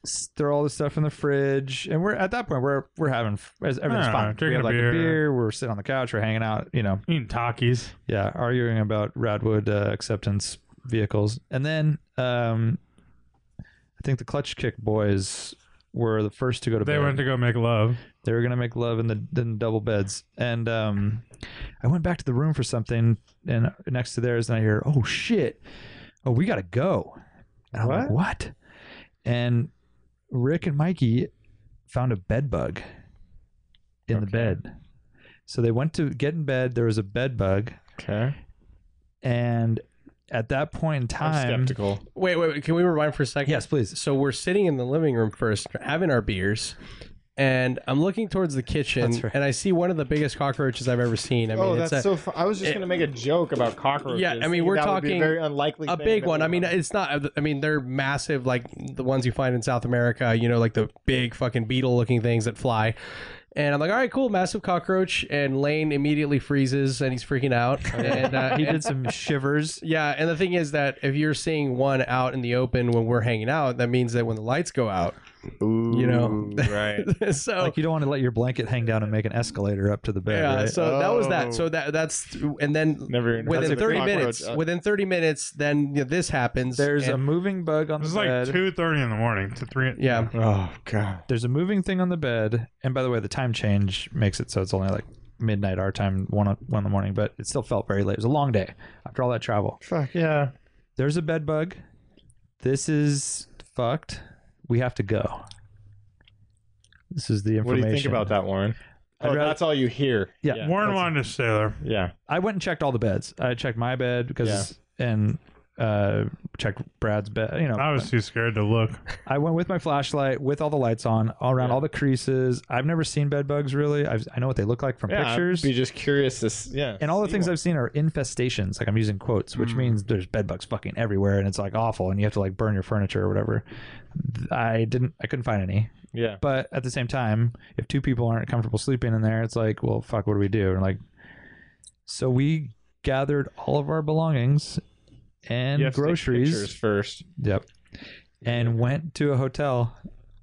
s- throw all the stuff in the fridge, and we're at that point we're we're having f- as- everything's Yeah, fine. We drinking have a like beer. a beer. We're sitting on the couch. We're hanging out. You know, Eating Takis. yeah, arguing about Radwood uh, acceptance vehicles, and then um, I think the Clutch Kick boys were the first to go to They bed. went to go make love. they were gonna make love in the in double beds, and um, I went back to the room for something, and next to theirs, and I hear, "Oh shit! Oh, we gotta go!" And I'm like, "What?" And Rick and Mikey found a bed bug in the bed, so they went to get in bed. There was a bed bug, Okay, and at that point in I'm time, skeptical. Wait, wait, wait, can we rewind for a second? yes, please. So we're sitting in the living room first, having our beers, and I'm looking towards the kitchen, That's right. and I see one of the biggest cockroaches I've ever seen. I mean, oh, it's that's a, so. Fu- I was just it- gonna make a joke about cockroaches. Yeah, I mean, thinking we're that would be a talking very unlikely, a thing big that one. I we mean, would- it's not. I mean, they're massive, like the ones you find in South America. You know, like the big fucking beetle-looking things that fly. And I'm like, all right, cool, massive cockroach. And Lane immediately freezes, and he's freaking out. And uh, He did some shivers. Yeah, and the thing is that if you're seeing one out in the open when we're hanging out, that means that when the lights go out, you know, right? Oh. so Like you don't want to let your blanket hang down and make an escalator up to the bed. yeah, right? so that was Oh. that. So that that's and then Never even heard within of the 30 cockroach. minutes, Uh, within 30 minutes, then you know, this happens. There's a and, moving bug on the It was bed. like two thirty in the morning to three. yeah. oh god. There's a moving thing on the bed, and by the way, the time change makes it so it's only like midnight our time, one one in the morning, but it still felt very late. It was a long day after all that travel. Fuck yeah. There's a bed bug. This is fucked. We have to go. This is the What do information. you think about that, Warren? Oh, rather- that's all you hear. Yeah. yeah. Warren wanted to stay there. Yeah. I went and checked all the beds. I checked my bed because and uh, checked Brad's bed. You know, I was too scared to look. I went with my flashlight with all the lights on, all around all the creases. I've never seen bed bugs really. I've, I know what they look like from Yeah, pictures. I'd be just curious to s- yeah. and all the see things one. I've seen are infestations. Like I'm using quotes, Mm. which means there's bed bugs fucking everywhere, and it's like awful, and you have to like burn your furniture or whatever. I didn't, I couldn't find any. yeah. But at the same time, if two people aren't comfortable sleeping in there, it's like, well, fuck, what do we do? And like, so we gathered all of our belongings and You have to take pictures groceries. first. Yep. And went to a hotel.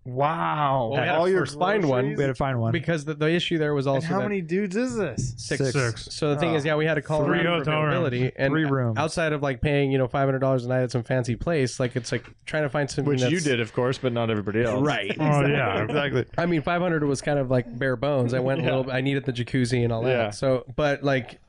Wow. Well, we had all to your first find one. groceries? We had to find one. because the, the issue there was And also how that- many dudes is this? six. Six. So the Ah, thing is, yeah, we had to call Three around for hotel rooms. availability and Three rooms. outside of like paying you know five hundred dollars a night at some fancy place. Like it's like trying to find something Which that's, you did, of course, but not everybody else. right. Oh yeah, Exactly. I mean, 500 was kind of like bare bones. I went a little. I needed the jacuzzi and all that. Yeah. So, but like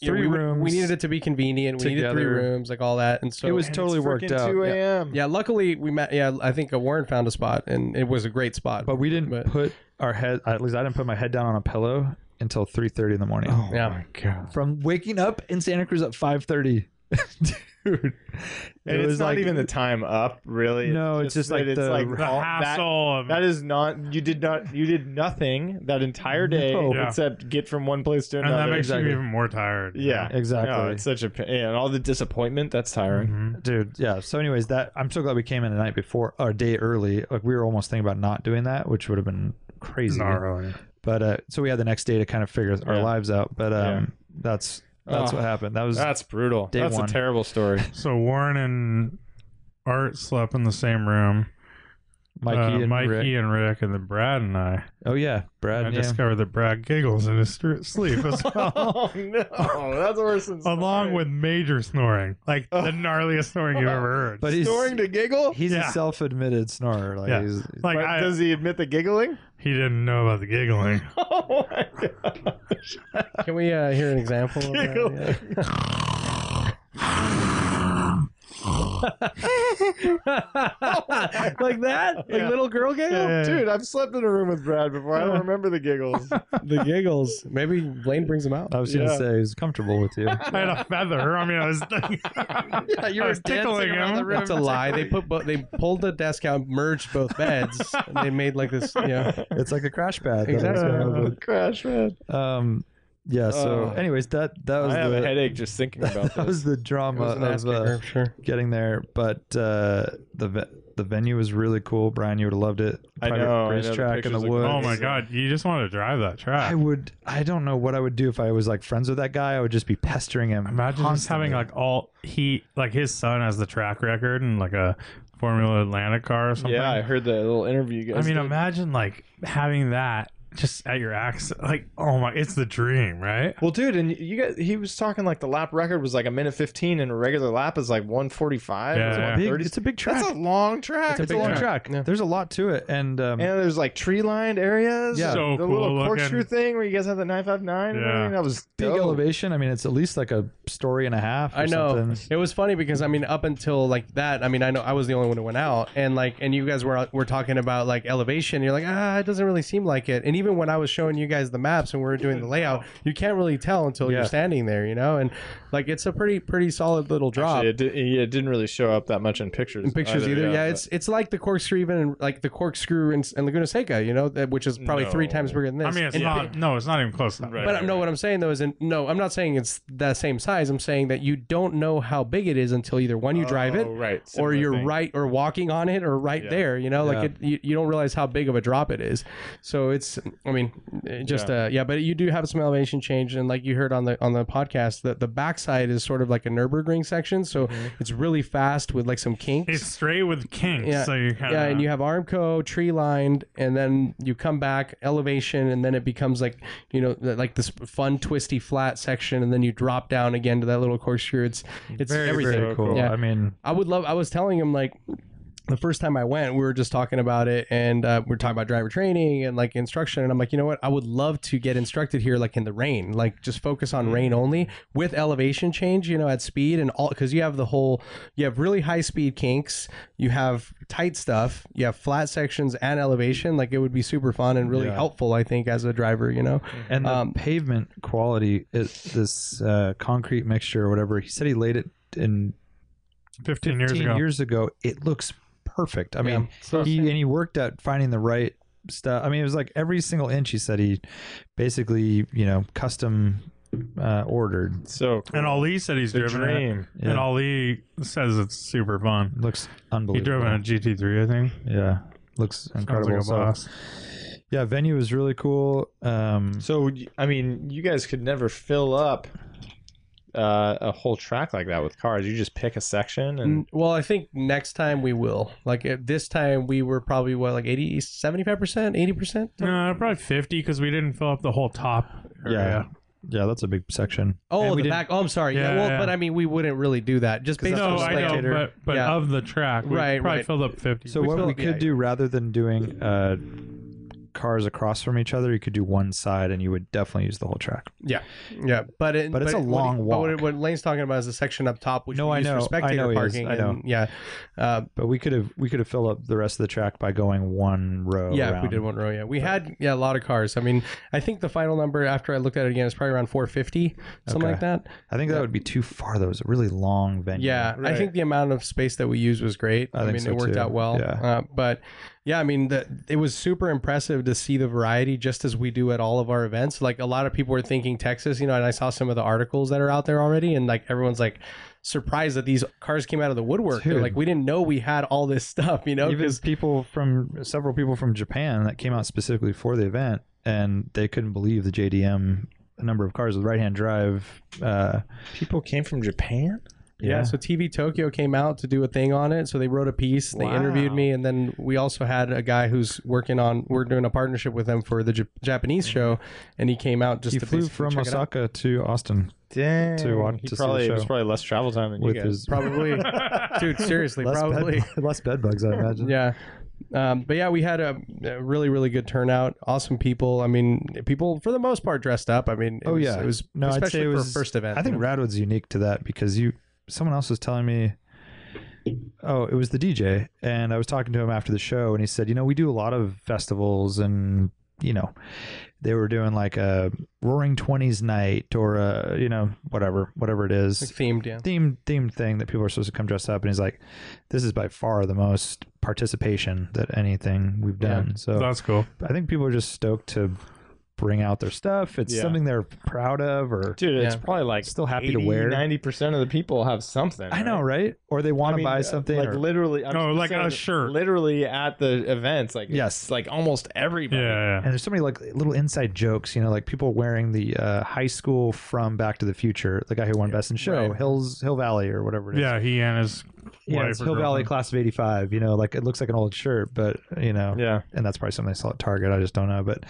you know, Three we, rooms We needed it to be convenient. We needed three together. rooms, like all that. And so it was totally worked Freaking out. 2 a.m. Yeah. Luckily, we met. Yeah, I think uh, Warren found a spot, and it was a great spot. But we didn't But- put our head. At least I didn't put my head down on a pillow until three thirty in the morning. Oh. yeah. From waking up in Santa Cruz at five thirty, dude. And it's not even the time up, really. No, it's just like that the- it's like the all- that- hassle of That is not you did not you did nothing that entire day No. Yeah. except get from one place to and another. that makes exactly. you even more tired. yeah, Exactly. No, it's such a pain, and all the disappointment that's tiring. Mhm. dude. Yeah. So, anyways, that I'm so glad we came in the night before or day early. Like we were almost thinking about not doing that, which would have been crazy. Not really. But uh, so we had the next day to kind of figure our Yeah. lives out. But um, that's that's Oh. what happened. That was That's brutal. Day that's one. a terrible story. So Warren and Art slept in the same room. Mikey Uh, and Mikey Rick. and Rick, and then Brad and I. Oh yeah, Brad. I yeah. discovered that Brad giggles in his str- sleep as well, oh no, that's worse than along with major snoring, like the gnarliest snoring you've ever heard. but he's snoring to giggle. he's Yeah. a self-admitted snorer. Like Yeah. he's, like But I, does he admit the giggling? he didn't know about the giggling. Oh my god! Can we uh, hear an example? Of that? Giggle. Yeah. like that, like Yeah. little girl giggle, Dude, I've slept in a room with Brad before. I don't remember the giggles. the giggles. Maybe Blaine brings them out. I was gonna Yeah. say he's comfortable with you. I had a feather. I mean, I was. yeah, you I were was tickling dancing around him. the room. That's a lie. They put bo- they pulled the desk out, merged both beds, and they made like this. You know, it's like a crash pad. that I was Exactly. gonna- Crash, man. um, yeah. So, Oh. anyways, that that was I have the a headache just thinking about that this. was the drama it was an ass of uh, kicker, sure. getting there, but uh, the ve- the venue was really cool. Brian, you would have loved it. I Private know, I know, the racetrack in the pictures look woods. Oh uh, my god, you just want to drive that track. I would. I don't know what I would do if I was like friends with that guy. I would just be pestering him. Imagine just constantly. having like all he like his son has the track record and like a Formula Atlantic car or something. Yeah, I heard the little interview you I guys. mean, did. imagine like having that just at your accent. Like, oh my, it's the dream, right? Well, dude, and you guys, he was talking like the lap record was like a minute 15 and a regular lap is like 145. Yeah, it's, yeah. Big- 130. it's a big track. That's a long track. It's a long track. Yeah. There's a lot to it, and um, And there's like tree lined areas. Yeah. So the cool little looking. corkscrew thing where you guys have the 959 and Yeah. everything. That was big dope. elevation. I mean, it's at least like a story and a half. Or I know Something. it was funny because I mean, up until like that, I mean, I know I was the only one who went out, and like, and you guys were were talking about like elevation. You're like, ah, it doesn't really seem like it. And even when I was showing you guys the maps and we were doing the layout, you can't really tell until Yeah. you're standing there, you know. And like, it's a pretty pretty solid little drop. Actually, it, di- yeah, it didn't really show up that much in pictures. in pictures either. Yeah, it's it's like the corkscrew even in- like the corkscrew in, in Laguna Seca, you know, that, which is probably three No. times bigger than this. I mean, it's In not. No, it's not even close. Right. But no, what I'm saying though is, in, no, I'm not saying it's the same size. I'm saying that you don't know how big it is until either one you drive it, Oh, right. or Similar you're thing. right, or walking on it, or right Yeah. there. You know, like it, you, you don't realize how big of a drop it is. So it's, I mean, it just yeah. uh yeah. But you do have some elevation change, and like you heard on the on the podcast, that the backside is sort of like a Nurburgring section, so it's really fast with like some kinks. It's straight with kinks, Yeah. so you kind Yeah, and you have Armco tree lined, and then you come back elevation, and then it becomes like you know th- like this fun twisty flat section, and then you drop down again to that little corkscrew. It's it's everything. Very cool. Yeah. I mean, I would love. I was telling him like the first time I went, we were just talking about it, and uh, we we're talking about driver training and like instruction. And I'm like, you know what? I would love to get instructed here, like in the rain, like just focus on rain only with elevation change. You know, at speed and all, because you have the whole, you have really high speed kinks, you have tight stuff, you have flat sections and elevation. Like it would be super fun and really helpful, I think, as a driver. You know, And the Um, pavement quality is this uh, concrete mixture or whatever. He said he laid it in 15, years 15 ago. years ago, it looks perfect. I Yeah. mean, he and he worked at finding the right stuff. I mean, it was like every single inch he said he basically, you know, custom uh, ordered. So and Ali said he's the driven it. dream. Yeah. And Ali says it's super fun. looks He unbelievable. drove in a GT3, I think. Yeah, looks Sounds like incredible. a So, boss. yeah, venue was really cool. Um, So y- I mean, you guys could never fill up uh, a whole track like that with cars. You just pick a section and N- Mm, Well, I think next time we will. Like at this time, we were probably what, like 80, 75 percent, eighty percent. No, probably 50 because we didn't fill up the whole top area. yeah, that's a big section. Oh, And we the didn't- back. Oh, I'm sorry. Yeah, Yeah, well, yeah. but I mean, we wouldn't really do that just based No, on I know, spectator. but, but Yeah. of the track, we Right, probably right. filled up 50. So We what fill we up the could eye. do rather than doing uh, cars across from each other, you could do one side, and you would definitely use the whole track. Yeah, but it, But it's a what- long But what, walk. what Lane's talking about is the section up top, which No, we I use know, I for spectator know he is, parking. I know. And, yeah, uh, But we could have we could have filled up the rest of the track by going one row. yeah. If around. we did one row, yeah, we had yeah a lot of cars. I mean, I think the final number after I looked at it again is probably around 450, something Okay. like that. I think that Yeah. would be too far. though. It was a really long venue. Yeah, I think the amount of space that we used was great. I I, think mean, so it worked too. out well. Yeah. Uh, but yeah, I mean, the, it was super impressive to see the variety, just as we do at all of our events. Like a lot of people were thinking Texas, you know, and I saw some of the articles that are out there already, and like everyone's like surprised that these cars came out of the woodwork. They're Dude. like, we didn't know we had all this stuff, you know? even 'cause- people from several people from Japan that came out specifically for the event, and they couldn't believe the JDM number of cars with right hand drive. Uh, people came from Japan. Yeah. so TV Tokyo came out to do a thing on it. So they wrote a piece, they interviewed me, and then we also had a guy who's working on. We're doing a partnership with them for the J- Japanese show, and he came out just he to flew basically from check it out. Osaka to Austin. Dang. To watch- to he see the probably it was show. probably less travel time than with you guys. his Probably, dude. Seriously, less probably. bed, less bed bugs, I imagine. Yeah. Um, but yeah, we had a, a really, really good turnout. Awesome people. I mean, people for the most part dressed up. I mean, it Oh was, yeah, it was no, I'd especially say it for was, a first event. I think Radwood's unique to that because you. Someone else was telling me. Oh, it was the DJ, and I was talking to him after the show, and he said, "You know, we do a lot of festivals, and you know, they were doing like a Roaring Twenties night or a you know whatever whatever it Like, is themed. Yeah. themed themed thing that people are supposed to come dressed up." And he's like, "This is by far the most participation that anything we've Yeah. done." So That's cool. I think people are just stoked to bring out their stuff. It's Yeah. something they're proud of, or Dude, it's Yeah. probably like Still happy to wear. Ninety percent of the people have something. I know, right? Or they want to buy something. uh, like or- literally. I'm No, just like a saying, shirt. Literally at the events, like Yes. it's like almost Yeah, everybody. yeah. and there's so many like little inside jokes, you know, like people wearing the uh, high school from Back to the Future, the guy who won Best in Show, Right. Hills Hill Valley or whatever it is. Yeah, he and his You know, wife it's or Hill Valley girlfriend. class of '85. You know, like it looks like an old shirt, but you know, yeah. and that's probably something they saw at Target. I just don't know, but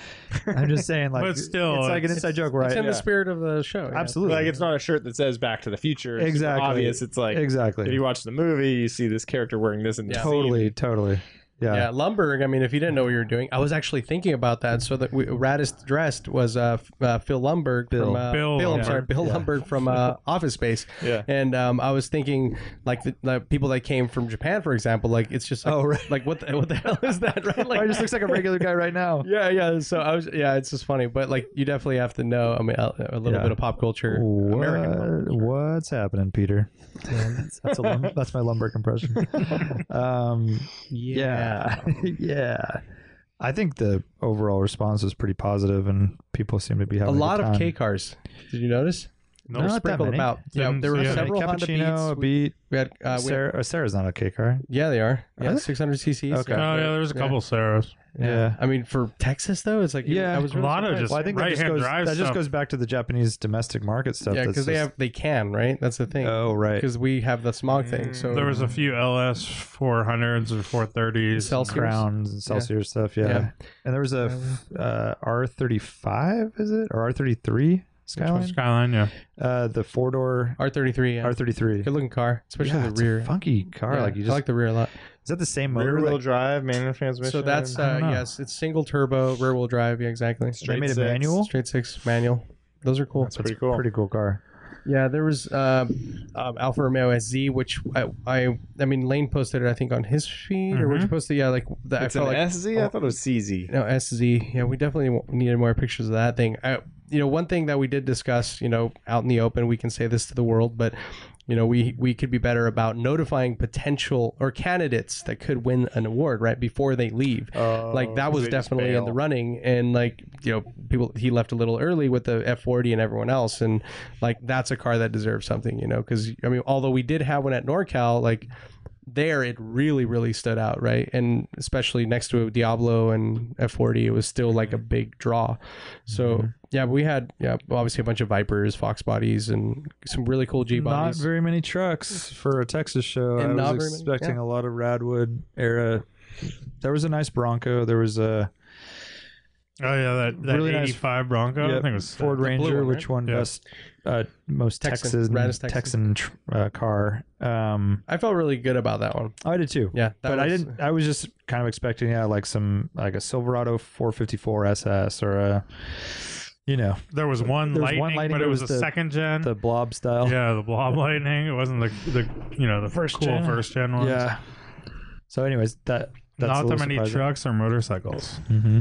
I'm just saying, like, But still, it's like an it's- inside joke, right? It's in Yeah. the spirit of the show. yeah. Absolutely, Like it's not a shirt that says Back to the Future. It's super Exactly. obvious. It's like exactly, if you watch the movie, you see this character wearing this and Yeah. totally, totally, yeah. Yeah, Lumberg. I mean, if you didn't know what you were doing, I was actually thinking about that. So that we, Raddest dressed was uh, F- uh, Phil Lumberg Bill. from uh, Bill I'm Lumberg. sorry, Bill Lumberg from uh, Office Space. Yeah. And um, I was thinking, like the, the people that came from Japan, for example, like it's just like, Oh, right. like what the, what the hell is that, right? Like, Probably just looks like a regular guy right now. yeah, yeah. So I was, yeah, it's just funny, but like you definitely have to know. I mean, a, a little Yeah. bit of pop culture. American pop What, what's happening, Peter? that's, that's, a lum- that's my lumber compression. um, yeah, yeah. I think the overall response was pretty positive, and people seem to be A having lot a good of time. K cars. Did you notice? No, Not that Sprinkled many. about. Yeah, Didn't there were see it. several Honda cappuccino, Beats. a We, beat. we had uh, we had Sarah, oh, Sarah's not a K car. Yeah, they are. Yeah, they? 600 cc's. Okay. Oh, yeah, Yeah. there's a couple Sarahs. Yeah. I mean, for Texas though, it's like Yeah. I was A really lot of surprised. just Well, I think that just right-hand goes drive that just stuff. goes back to the Japanese domestic market stuff. yeah, that's because they just- have they can right. That's the thing. Oh right. Because we have the smog thing. So There was a few LS 400s or 430s. Celsius. crowns and Celsius stuff. Yeah. Yeah. and there was a f- uh, R35, is it or R33 Skyline? Skyline, yeah. Uh, the four door R33. Oh, Yeah. R33. Good looking car, especially Yeah, it's the a rear. funky car. Yeah, Like you I just like the rear a lot. is that the same motor? Rear wheel Like, drive, manual transmission. So that's I uh, don't know. yes, it's single turbo rear wheel drive. Yeah, exactly. they straight made a six. manual. Straight six manual. Those are cool. That's pretty cool. Pretty cool car. Yeah, there was um, um, Alfa Romeo SZ, which I, I I mean Lane posted it I think on his feed or would Mm-hmm. you posted yeah like the, I It's felt an like SZ. I thought it was CZ. No, SZ. Yeah, we definitely w- needed more pictures of that thing. I, you know, one thing that we did discuss, you know, out in the open, we can say this to the world, but you know, we we could be better about notifying potential or candidates that could win an award right before they leave. Oh, like that was they just definitely in bail. the running, and like you know, people he left a little early with the F40 and everyone else, and like that's a car that deserves something, you know, because I mean, although we did have one at NorCal, like there it really really stood out right and especially next to diablo and f40 it was still like Mm-hmm. a big draw so yeah we had yeah obviously a bunch of vipers fox bodies and some really cool g Not bodies very many trucks for a Texas show. And I not very was many- expecting yeah. a lot of Radwood era. There was a nice Bronco. There was a Oh yeah, that, that Really nice- 85 Bronco. I yep, think it was Ford sick. Ranger, one, which won Yeah. best uh, most Texan, Texan raddest Texan. Texan, tr- uh, car. Um, i felt really good about that one I did too. yeah that but I was- didn't. uh, I was just kind of expecting, yeah, like some like a Silverado 454 SS or a, you know, There was one There was lightning, one Lightning, but it there was, was a the- second gen. the blob style. yeah, the blob lightning. It wasn't the the you know the first cool gen. first gen one. Yeah. So, anyways, that that's a Not that little many surprising. trucks or motorcycles. hmm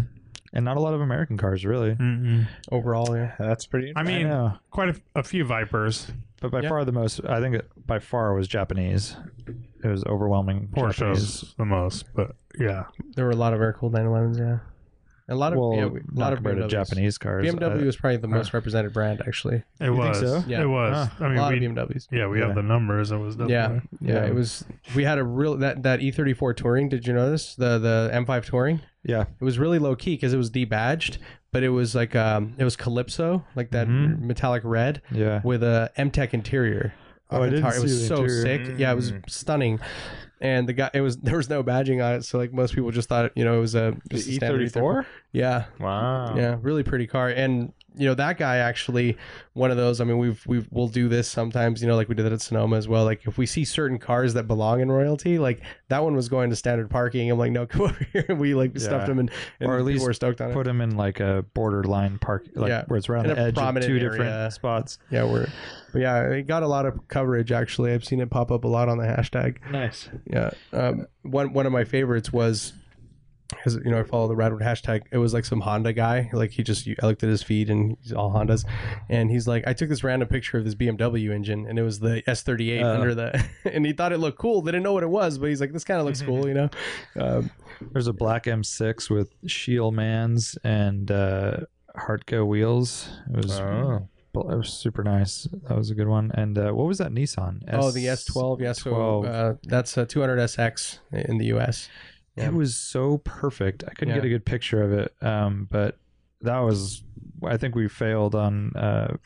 and not a lot of American cars really. Mm-mm. overall yeah That's pretty. I mean, know. quite a, a few Vipers. but by Yeah. far the most, I think it, by far was Japanese. It was overwhelming. Japanese. Porsches the most, but yeah, there were a lot of very cool 911s yeah a lot of well, yeah, we- a lot not of compared to BMWs. Japanese uh, cars. BMW I- was probably the most represented brand actually it You think was. so? Yeah. It was. I a lot mean, we, of BMWs yeah, we Yeah. have the numbers. It was yeah, definitely. yeah, Yeah. It was we had a real that that E34 touring. Did you know this? The the M5 touring. Yeah. it was really low key because it was debadged, but it was like um it was Calypso, like that Mhm. metallic red yeah. with a MTech interior. Oh, on I the didn't tire. It was see the so interior. sick. Yeah, it Mm. was stunning. And the guy, it was there was no badging on it, so like most people just thought you know it was a just a E standard E E34. Yeah, E Wow. yeah, really pretty car. And you know that guy actually one of those. I mean, we've we've we'll do this sometimes. You know, like we did that at Sonoma as well. Like if we see certain cars that belong in royalty, like that one was going to standard parking. I'm like, no, come over here. And we like stuffed him and, and Or at people least were stoked on it. Put them in like a borderline park, like Yeah. where it's right on In the a edge of prominent two area. different spots. yeah, we're but yeah, it got a lot of coverage actually. I've seen it pop up a lot on the hashtag. Nice. Yeah. Um, one one of my favorites was because you know I follow the Radwood hashtag. It was like some Honda guy. Like he just I looked at his feed and he's all Hondas, and he's like, I took this random picture of this BMW engine, and it was the S38 Oh. under the, and he thought it looked cool. They didn't know what it was, but he's like, this kind of looks cool, you know. Um, There's a black M6 with Shield Mans and uh, Hartco wheels. It was, Oh. bl- it was super nice. That was a good one. And uh, what was that Nissan? oh, the S12, yeah. So 12. uh, that's a 200SX in the US. Yeah. It was so perfect. I couldn't Yeah. get a good picture of it. Um, but that was, I think we failed on uh,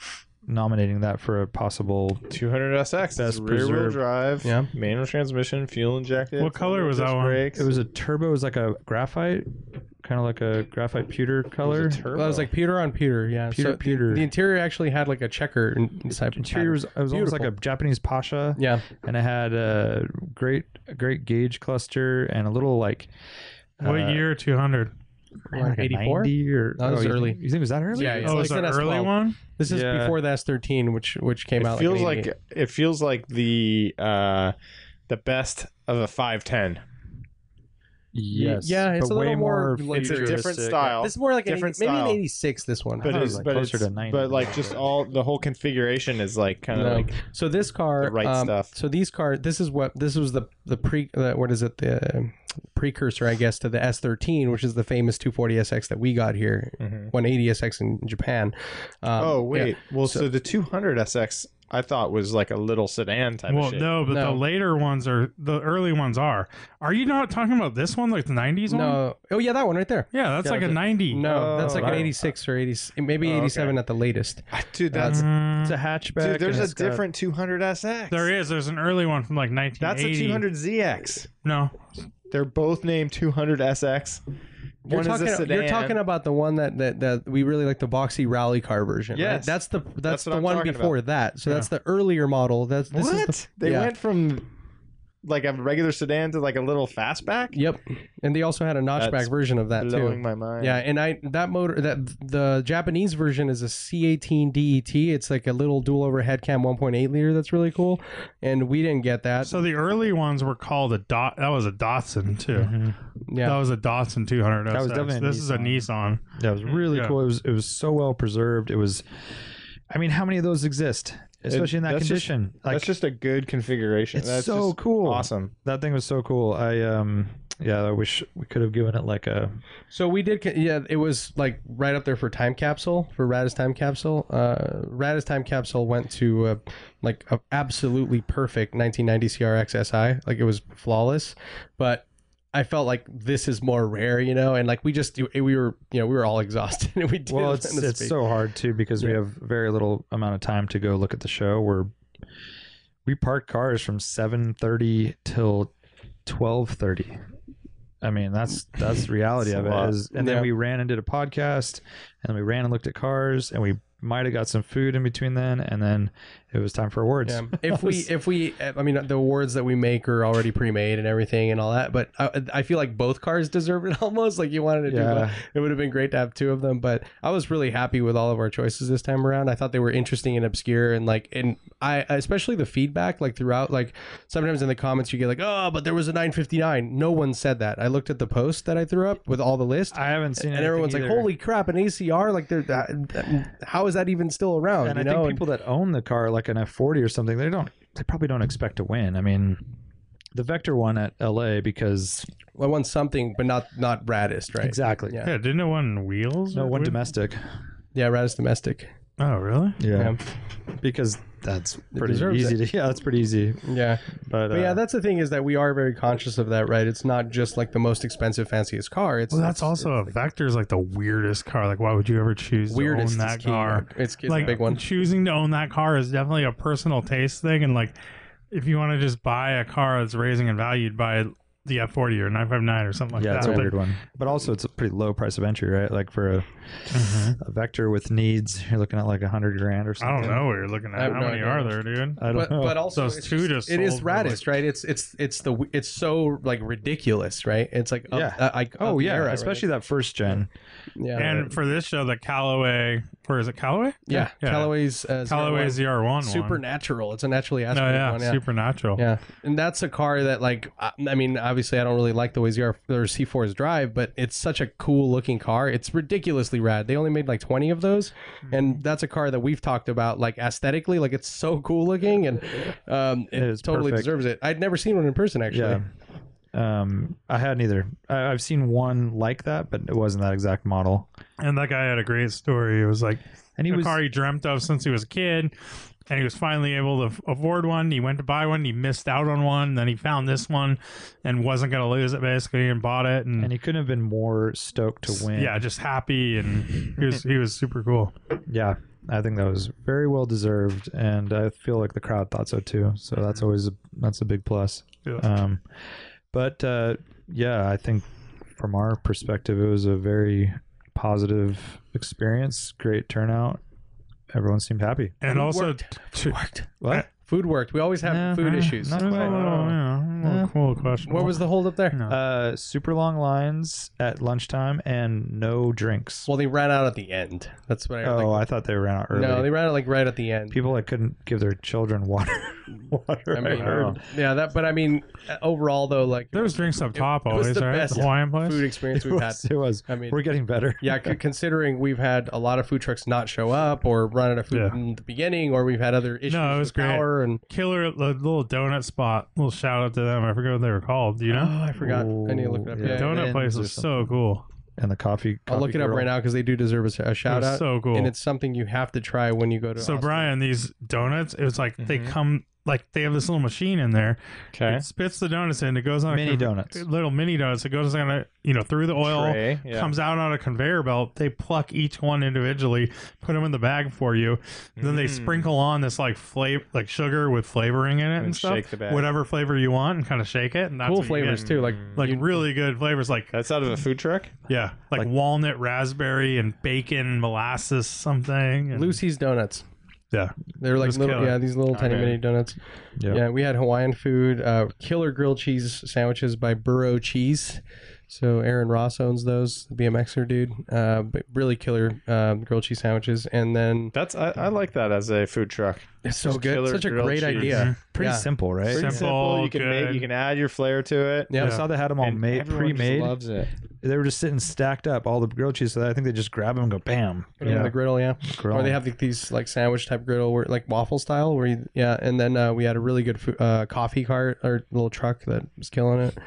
nominating that for a possible. 200 SX. That's Best rear wheel preserved. drive. Yeah. Manual transmission, fuel injected. What color was that one? It was a turbo. It was like a graphite, kind of like a graphite pewter color. Well, that was like Peter on Peter, yeah. Pewter, so the- pewter. The, interior actually had like a checker in- inside. Interior was, it was almost like a Japanese pasha. yeah. and it had a great a great gauge cluster and a little like What uh, year? Two hundred. like a 84? 90 or oh, That was you early. think, you think it was that early Yeah, yeah. It's Oh, like it's an an S12. early one. This is Yeah. before the S13, which which came It out. feels like, in like, 88. it feels like the uh, the best of a 510. yes yeah, it's but a little way more It's a Futuristic. different style. This is more like an 80, Different maybe an style. 86. This one, but thought it it's was, like, but closer it's- to 90. but like just all the whole configuration is like kind of No. like so this car, the right um, stuff. So these car, this is what this was the the pre the, what is it the um, precursor, I guess, to the S13, which is the famous 240SX that we got here, mm-hmm. 180SX in Japan. Um, oh wait well So- so, the 200 SX I thought was like a little sedan type Well, of shit no, but No. the later ones are the early ones are. Are you not talking about this one, like the nineties yeah. one? no, oh yeah, that one right there. Yeah, that's like a ninety. No, that's Oh, like an wow. 86 or 80, maybe Oh, okay. 87 at the latest. Ah, dude that's it's Mm, a hatchback dude there's and a it's got- different 200 SX there is. There's an early one from like nineteen. that's a 200 ZX No, they're both named 200 SX You're one talking, is a sedan you're talking about the one that, that, that we really like the boxy rally car version. right? Yes. That's the that's, That's what the I'm one talking before that. So that's the earlier model. That's this is what the, they yeah. went from like a regular sedan to like a little fastback. Yep. And they also had a notchback That's version of that blowing too. my mind. Yeah, and I that motor that the Japanese version is a C18 DET. E It's like a little dual overhead cam 1.8 liter. That's really cool, and we didn't get that. So the early ones were called a dot. That was a Datsun too. That Mm-hmm. yeah, was a Datsun 200. That was SX. definitely a this is a Nissan. That was really Yeah. cool. It was it was so well preserved. It was, I mean, how many of those exist, especially in that that's just- condition? like that's just a good configuration. it's that's so just cool. Awesome. That thing was so cool. I um yeah, I wish we could have given it like a so we did. ca- Yeah, it was like right up there for time capsule for Radis time capsule. Uh, Radis time capsule went to uh, like a absolutely perfect 1990 CRX SI. Like it was flawless, but. I felt like this is more rare, you know, and like we just we were you know we were all exhausted and we did well. It's it's so hard too because we have very little amount of time to go look at the show. We're we park cars from seven thirty till twelve thirty. I mean that's that's the reality It's a of it. lot. Is, and then Yeah. we ran and did a podcast, and we ran and looked at cars, and we might have got some food in between then, and then it was time for awards. Yeah. If we, if we, I mean, the awards that we make are already pre-made and everything and all that. But I, I feel like both cars deserve it almost. Like you wanted to do Yeah. both. It would have been great to have two of them. But I was really happy with all of our choices this time around. I thought they were interesting and obscure and like, and I especially the feedback like throughout. Like sometimes in the comments you get like, oh, but there was a 959. No one said that. I looked at the post that I threw up with all the list. I haven't seen and anything everyone's like, either. "Holy crap! An ACR like, they're, that, how is that even still around?" And you I know? think people that own the car, like an F forty or something, they don't they probably don't expect to win. I mean, the Vector won at L.A. because I won something, but not not Radist, right? exactly Yeah. Yeah, didn't it one wheels? no or one wheel- domestic. Yeah, Radis Domestic. Oh, really? Yeah, because that's pretty deserves easy to. Yeah, that's pretty easy. Yeah. But, But uh, yeah, that's the thing is that we are very conscious of that, right? It's not just like the most expensive, fanciest car. It's Well, that's it's also a Vector is like the weirdest car. Like, why would you ever choose weirdest to own that is key. car? It's, it's like a big one. choosing to own that car is definitely a personal taste thing, and like if you want to just buy a car that's raising in value, you'd buy the F40 or 959 or something like yeah, that. it's a But- weird one. But also, it's a pretty low price of entry, right? Like for a, a Vector with needs, you're looking at like a hundred grand or I something. don't know what you're looking at. I have How no many idea. are there, dude? I don't But know. but also Those it's two just- just it is sold for, like- Radist, right? It's it's it's the it's so like ridiculous, right? It's like up, Yeah. uh, like up oh the yeah, era, right? especially that first gen. yeah and right. for this show, the Callaway, where is it? Callaway? yeah, yeah. Callaway's uh, Callaway zero ZR1. one. one. supernatural. It's a naturally No, aspirated yeah, one. supernatural. Yeah, and that's a car that like I I mean, obviously I don't really like the way ZR or C4s drive, but it's such a cool looking car. It's ridiculously rad. They only made like twenty of those, Hmm. and that's a car that we've talked about like aesthetically, like it's so cool looking, and um, it, It is totally perfect. deserves it. I'd never seen one in person actually. Yeah. Um, I hadn't either. I, I've seen one like that, but it wasn't that exact model. And that guy had a great story. It was like And he a was car he dreamt of since he was a kid, and he was finally able to f- afford one. He went to buy one. He missed out on one. Then he found this one, and wasn't going to lose it basically, and bought it. And, and he couldn't have been more stoked to win. yeah, just happy, and he was he was super cool. yeah. I think that was very well deserved, and I feel like the crowd thought so too. So Mm-hmm. that's always a, that's a big plus. Uh, Yeah. Um, but uh, yeah, I think from our perspective, it was a very positive experience. Great turnout. Everyone seemed happy. And also, worked. t- What? Food worked. We always have No, food no, issues. not Oh, quite. yeah, well, Uh, cool question. What was the hold up there? No. Uh, super long lines at lunchtime and no drinks. Well, they ran out at the end. That's what I. oh, like, I thought they ran out early. no, they ran out like right at the end. people that couldn't give their children water. water. I I mean, heard. yeah, that. But I mean, uh, overall though, like there was drinks up top was always, the right? best the Hawaiian place. food experience It we've had. was, it was. I mean- we're getting better. yeah, c- considering we've had a lot of food trucks not show up or run out of food Yeah. in the beginning, or we've had other issues it was with great. power and Killer, the little donut spot. Little shout out to them. I forget what they were called. Do you know? oh, I forgot. I need to look it up. Ooh, Yeah, yeah. yeah. donut Lynn's place or was so cool. And the coffee. I'll look it up right now because they do deserve a, s- a It shout was out, so cool. and it's something you have to try when you go to. So Austin. Brian, these donuts, it was like they come like they have this little machine in there. Okay. It spits the donuts in. It goes on Mini a con- donuts. little mini donuts. It goes on a you know through the oil, Tray, yeah. comes out on a conveyor belt. They pluck each one individually, put them in the bag for you. Then they sprinkle on this like flavor, like sugar with flavoring in it and, And stuff, shake the bag. whatever flavor you want, and kind of shake it. And that's cool what you flavors get. too, like Like really good flavors, like uh, That's out of a food truck. yeah, like, walnut, raspberry, and bacon, molasses, something. and- Lucy's Donuts. Yeah. They're like Just little, killer. yeah, these little tiny man. mini donuts. Yeah. Yeah, we had Hawaiian food, uh, killer grilled cheese sandwiches by Burro Cheese. So Aaron Ross owns those, the BMXer dude. Uh, but really killer um, grilled cheese sandwiches, and then That's I, I like that as a food truck. it's so Just good, killer such a grilled great cheese. idea. Pretty Yeah. simple, right? Pretty Simple, simple. You can make good. you can add your flair to it. I Yeah, saw they had them all And made, everyone just pre-made. Loves it. they were just sitting stacked up, all the grilled cheese. So I think they just grab them and go, bam. put 'em on the griddle, yeah. grill Or they 'em. have like, these like sandwich type griddle, where, like waffle style, where you, yeah. And then uh, we had a really good food, uh, coffee cart or little truck that was killing it.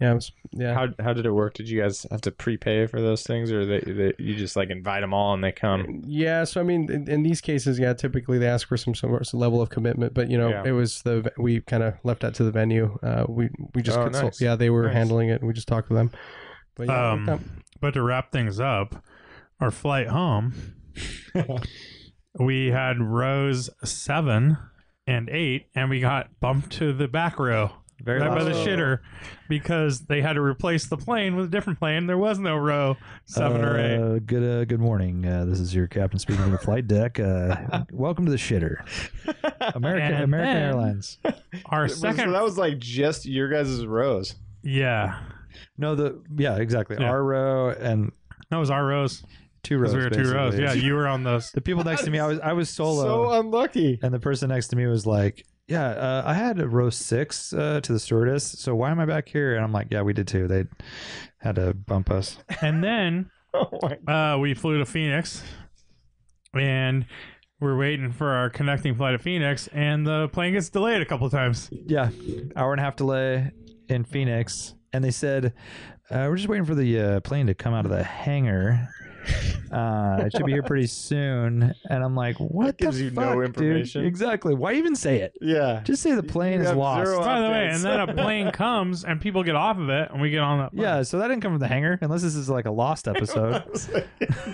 Yeah, it was, yeah. How, how did it work? Did you guys have to prepay for those things, or they, they you just like invite them all and they come? Yeah, so I mean, in, in these cases, yeah, typically they ask for some some some level of commitment, but you know, Yeah. it was the we kind of left that to the venue. Uh, we we just Oh, consult, nice. yeah, they were Nice. handling it, and we just talked to them. But yeah, it worked out. Um, but to wrap things up, our flight home, we had rows seven and eight, and we got bumped to the back row. Very right by the last- shitter because they had to replace the plane with a different plane. There was no row seven or eight. Uh, Good, uh, good morning. Uh, this is your captain speaking on the flight deck. Uh, welcome to the shitter. American And American then- Airlines. Our So second, that was like just your guys' rows. yeah, No, the yeah, exactly. Yeah. Our row and that was our rows two rows. because we were two rows. basically. Yeah, you were on those. the people next to me, I was I was solo, Oh, So unlucky. and the person next to me was like, "Yeah, uh, I had a row six uh, to the stewardess. So why am I back here?" And I'm like, "Yeah, we did too. They had to bump us." And then Oh my uh, we flew to Phoenix, and we're waiting for our connecting flight to Phoenix, and the plane gets delayed a couple times. Yeah, hour and a half delay in Phoenix, and they said uh, we're just waiting for the uh, plane to come out of the hangar. Uh, it should be here pretty soon. And I'm like, what gives the you no fuck, dude? information. Exactly. Why even say it? Yeah. Just say the plane You is have lost. zero By the way, updates. and then a plane comes, and people get off of it, and we get on that. plane. Yeah, so that didn't come from the hangar, unless this is like a lost episode.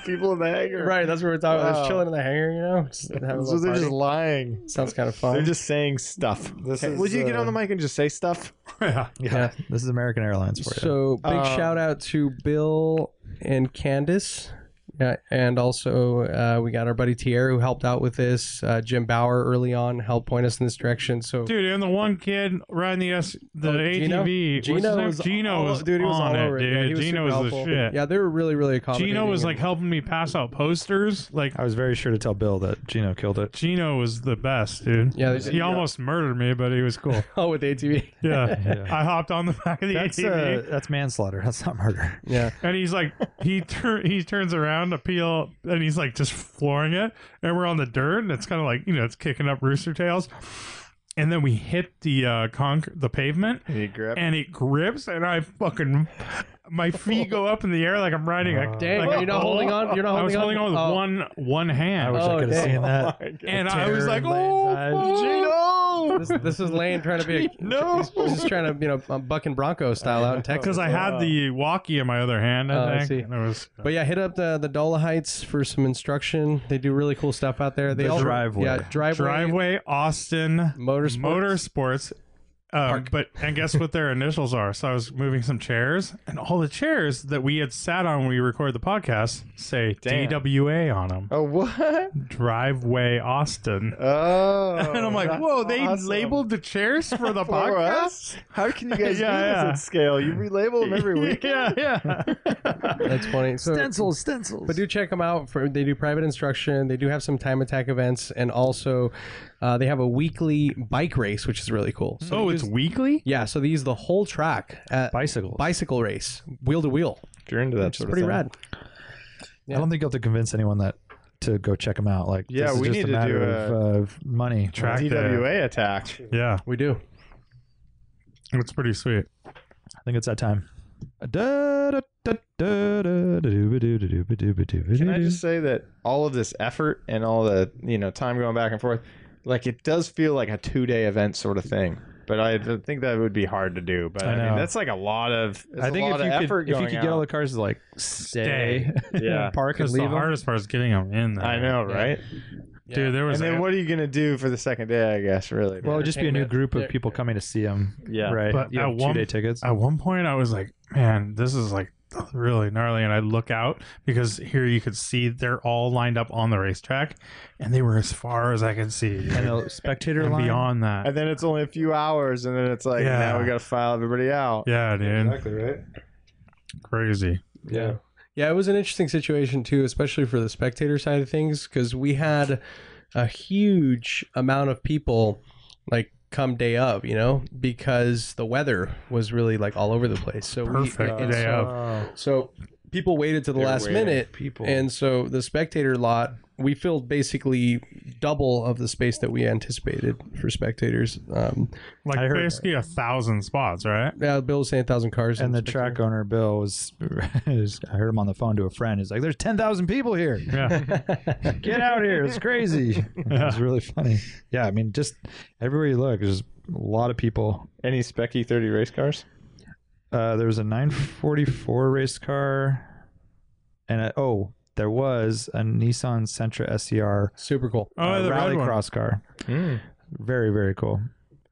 People in the hangar. right, that's what we're talking. about. Wow. Just chilling in the hangar, you know. Just having a So little they're just party. lying. Sounds kind of They're fun. just saying stuff. This is, Would you get uh, on the mic and just say stuff? yeah, this is American Airlines for you. So big Um, shout out to Bill and Candace. Yeah, and also uh, we got our buddy Tier who helped out with this. Uh, Jim Bauer early on helped point us in this direction. So Dude, and the one kid riding the S, the Oh, Gino? ATV. what's his Gino name? was Gino all- was dude, he was all on it, over it. dude. Yeah, he was Gino super was the helpful. shit. yeah, they were really really accommodating. Gino was and- like helping me pass out posters. Like I was very sure to tell Bill that Gino killed it. Gino was the best, dude. Yeah, they- he almost murdered me, but he was cool. oh with the ATV. Yeah, Yeah. I hopped on the back of the That's ATV, uh, that's manslaughter. That's not murder. Yeah, and he's like, he tur- he turns around to peel, and he's like just flooring it, and we're on the dirt, and it's kind of like you know it's kicking up rooster tails, and then we hit the uh, conc- the pavement, And you grab and it grips, and I fucking my feet go up in the air like I'm riding a dang, like a you're not pole. holding on. You're not I was holding holding on with Oh. one one hand, I wish Oh, I could have dang. seen that. and I was Terror like, in Lane's oh, eyes. fuck." This, this is Lane trying to be a, no. He's just trying to you know um, bucking Bronco style out in Texas. Because I had the walkie in my other hand, I Oh, I think. see. And it was But yeah, hit up the the Dola Heights for some instruction. They do really cool stuff out there. They The all driveway. yeah driveway, driveway Austin motorsports. Motorsports. Um, but and guess what their initials are? So I was moving some chairs, and all the chairs that we had sat on when we recorded the podcast say Damn. DWA on them. Oh what? Driveway Austin. Oh. and I'm like, that's whoa, they awesome. labeled the chairs for the For podcast. us? How can you guys Yeah, do yeah. this at scale? You relabel them every week. yeah, yeah. That's funny. So, stencils, stencils. But do check them out. For they do private instruction. They do have some time attack events, and also uh, they have a weekly bike race, which is really cool. So oh, it's weekly. yeah, so they use the whole track at Bicycles. bicycle race, wheel to wheel. If you're into that It's pretty rad. I don't think you have to convince anyone that to go check them out. Like, Yeah, this is we just need a to matter do of uh, money. Track the- DWA attack. Yeah, We do. it's pretty sweet. I think it's that time. Can Can I just say that all of this effort and all the you know time going back and forth, like it does feel like a two day event sort of thing. But I th- think that would be hard to do. But I I, mean, know. that's like a lot of. that's I a think lot if of you effort could, if you going could get all out. the cars to like stay, Yeah. park and Because the leave 'em. hardest part is getting them in. There. I know, right? dude. There was And then a- what are you gonna do for the second day? I guess really. Well, it'd just be a new entertainment. group Yeah. of people coming to see them. yeah. Right. But you at have one- two day tickets. at one point I was like, man, this is like really gnarly. And I'd look out because here you could see they're all lined up on the racetrack, and they were as far as I could see dude. And a spectator and line. beyond that. And then it's only a few hours, and then it's like Yeah. now we gotta file everybody out. yeah, dude, Exactly right. crazy. Yeah. Yeah, it was an interesting situation too, especially for the spectator side of things, because we had a huge amount of people like come day of, you know, because the weather was really like all over the place. So Perfect we, and day so, of. so people waited to the They were last waiting. minute, People. and so the spectator lot we filled basically double of the space that we anticipated for spectators. Um, Like I heard- basically a thousand spots, right? yeah, Bill was saying a thousand cars and the in spectator. track owner Bill was, is- I heard him on the phone to a friend. He's like, "There's ten thousand people here. Yeah. Get out here! It's crazy." It was really funny. Yeah, I mean, just everywhere you look, there's a lot of people. Any Specky 30 race cars? Uh, there was a 944 race car, and a, oh, there was a Nissan Sentra SCR super cool. Oh, uh, the red rally one. cross car. Very very cool.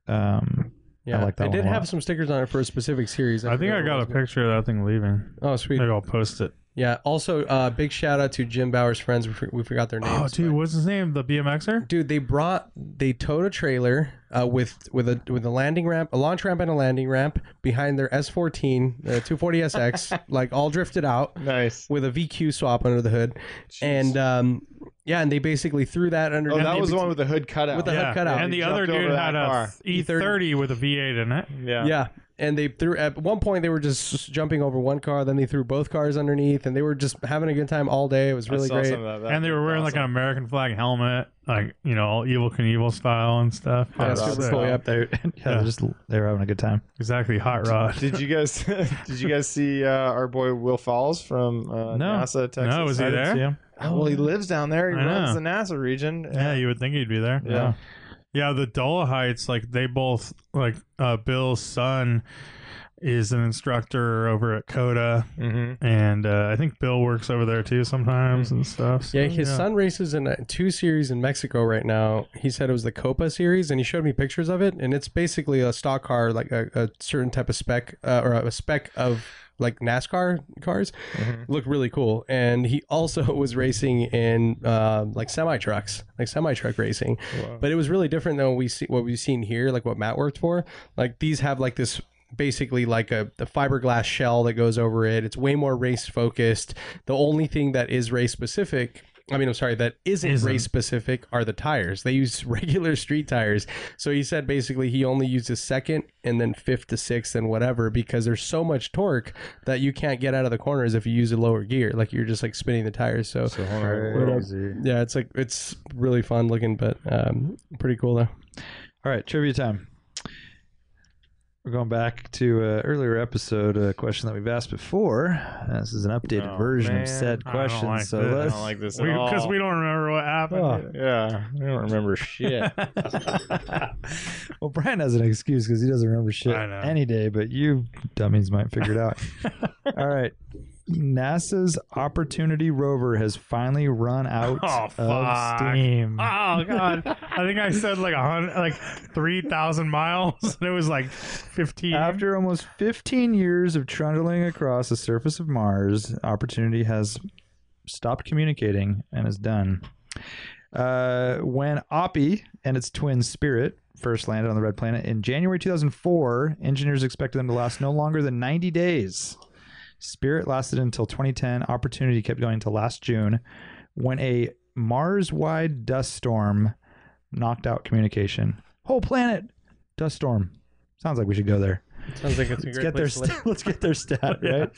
Um, Yeah, like that I one did a lot. have some stickers on it for a specific series. I think forget I what it got a was. picture of that thing leaving. Oh, sweet. Maybe I'll post it. Yeah. Also, uh, big shout out to Jim Bauer's friends. We, for- we forgot their names. Oh, dude, what's his name? The BMXer? but- dude, they brought they towed a trailer uh, with with a with a landing ramp, a launch ramp, and a landing ramp behind their S14, uh, 240SX, like all drifted out Nice. with a VQ swap under the hood, and um, yeah, and they basically threw that under. Oh, and that they was the bet- one with the hood cutout. With the Yeah. cut out. And He the other jumped over dude that had a car. E30 with a V8 in it. Yeah. Yeah. And they threw at one point they were just s- jumping over one car, then they threw both cars underneath, and they were just having a good time all day. It was really great. and they were wearing like an American flag helmet, like you know, all evil Knievel style and stuff. Yeah, Hot super rod. cool, yep. they're, yeah, Yeah. They're just they're having a good time. Exactly, hot rod. Did you guys did you guys see uh, our boy Will Falls from uh, No. NASA Texas? No, was he I didn't there? see him. Oh, well, he lives down there. He I runs know. the NASA region. Yeah, you would think he'd be there. Yeah. Yeah, the Dolohites, like they both like uh Bill's son is an instructor over at Coda Mm-hmm. and uh, I think Bill works over there too sometimes and stuff. so, Yeah, his son races in uh two series in Mexico right now. He said it was the Copa series, and he showed me pictures of it. And it's basically a stock car, like a, a certain type of spec uh, or a spec of like NASCAR cars. Mm-hmm. Look really cool. And he also was racing in um like semi trucks, like semi truck racing. But it was really different than what we see what we've seen here, like what Matt worked for. Like these have like this basically like a the fiberglass shell that goes over it. It's way more race focused. The only thing that is race specific, I mean, I'm sorry, that isn't, Isn't. race specific are the tires. They use regular street tires. So he said basically he only uses second and then fifth to sixth and whatever because there's so much torque that you can't get out of the corners if you use a lower gear. Like you're just like spinning the tires. So, Crazy. yeah, it's like it's really fun looking, but um, pretty cool though. All right, trivia time. We're going back to an earlier episode, a question that we've asked before. Uh, This is an updated Oh, version man. of said I don't question. like so this. I let's. don't like this at all. because we, don't remember what happened. Oh. Yeah, I don't remember shit. well, Brian has an excuse because he doesn't remember shit I know. any day, but you dummies might figure it out. All right. NASA's Opportunity rover has finally run out Oh, of fuck. steam. Oh god! I think I said like a hundred, like three thousand miles, and it was like fifteen. After almost 15 years of trundling across the surface of Mars, Opportunity has stopped communicating and is done. Uh, when Oppie and its twin Spirit first landed on the Red Planet in January 2004, engineers expected them to last no longer than 90 days. Spirit lasted until 2010. Opportunity kept going until last June when a Mars wide dust storm knocked out communication. Whole planet! Dust storm. Sounds like we should go there. Sounds like it's a Let's get their st- let's get their stat right.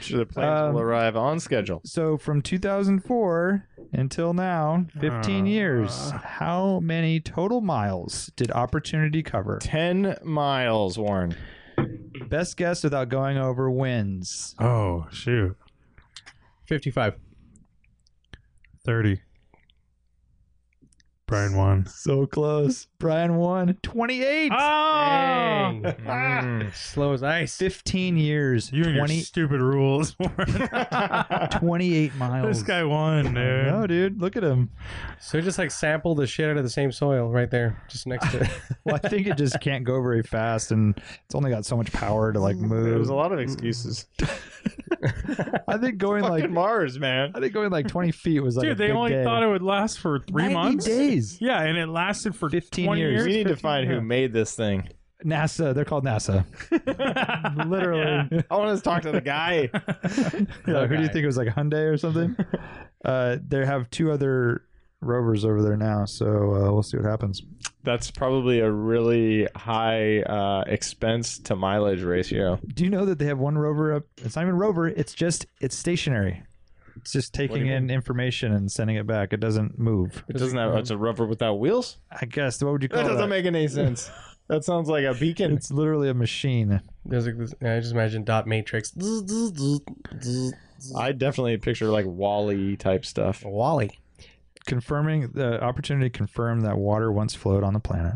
sure, the planes Um, will arrive on schedule. So from 2004 until now, 15 Uh, years. How many total miles did Opportunity cover? Ten miles, Warren. Best guess without going over wins. Oh shoot! 55. Thirty. Brian won. So close. Brian won 28. Ah. Oh, Dang. Slow as ice. 15 years. you and 20, your stupid rules. Warren. 28 miles. this guy won, dude. No, Oh, dude. Look at him. So just like sample the shit out of the same soil right there, just next to it. Well, I think it just can't go very fast, and it's only got so much power to like move. There's a lot of excuses. I think going like Fucking Mars, man. I think going like 20 feet was like a Dude, they big only day. thought it would last for three 90 months. days. Yeah, and it lasted for 15 20 years. years. We need to 15 find who made this thing. NASA. They're called NASA. Literally. Yeah. I want to talk to the guy. Yeah, Who do you Okay. think it was like Hyundai or something? uh, they have two other rovers over there now, so uh, we'll see what happens. That's probably a really high uh, expense to mileage ratio. Do you know that they have one rover up? It's not even rover. It's just it's stationary. It's just taking in information and sending it back. It doesn't move. It doesn't have. It's a rubber without wheels. I guess what would you call That that? doesn't make any sense. That sounds like a beacon. it's literally a machine. There's like this, I just imagine dot matrix. I definitely picture like Wally type stuff. Wally. Confirming the opportunity to confirm that water once flowed on the planet.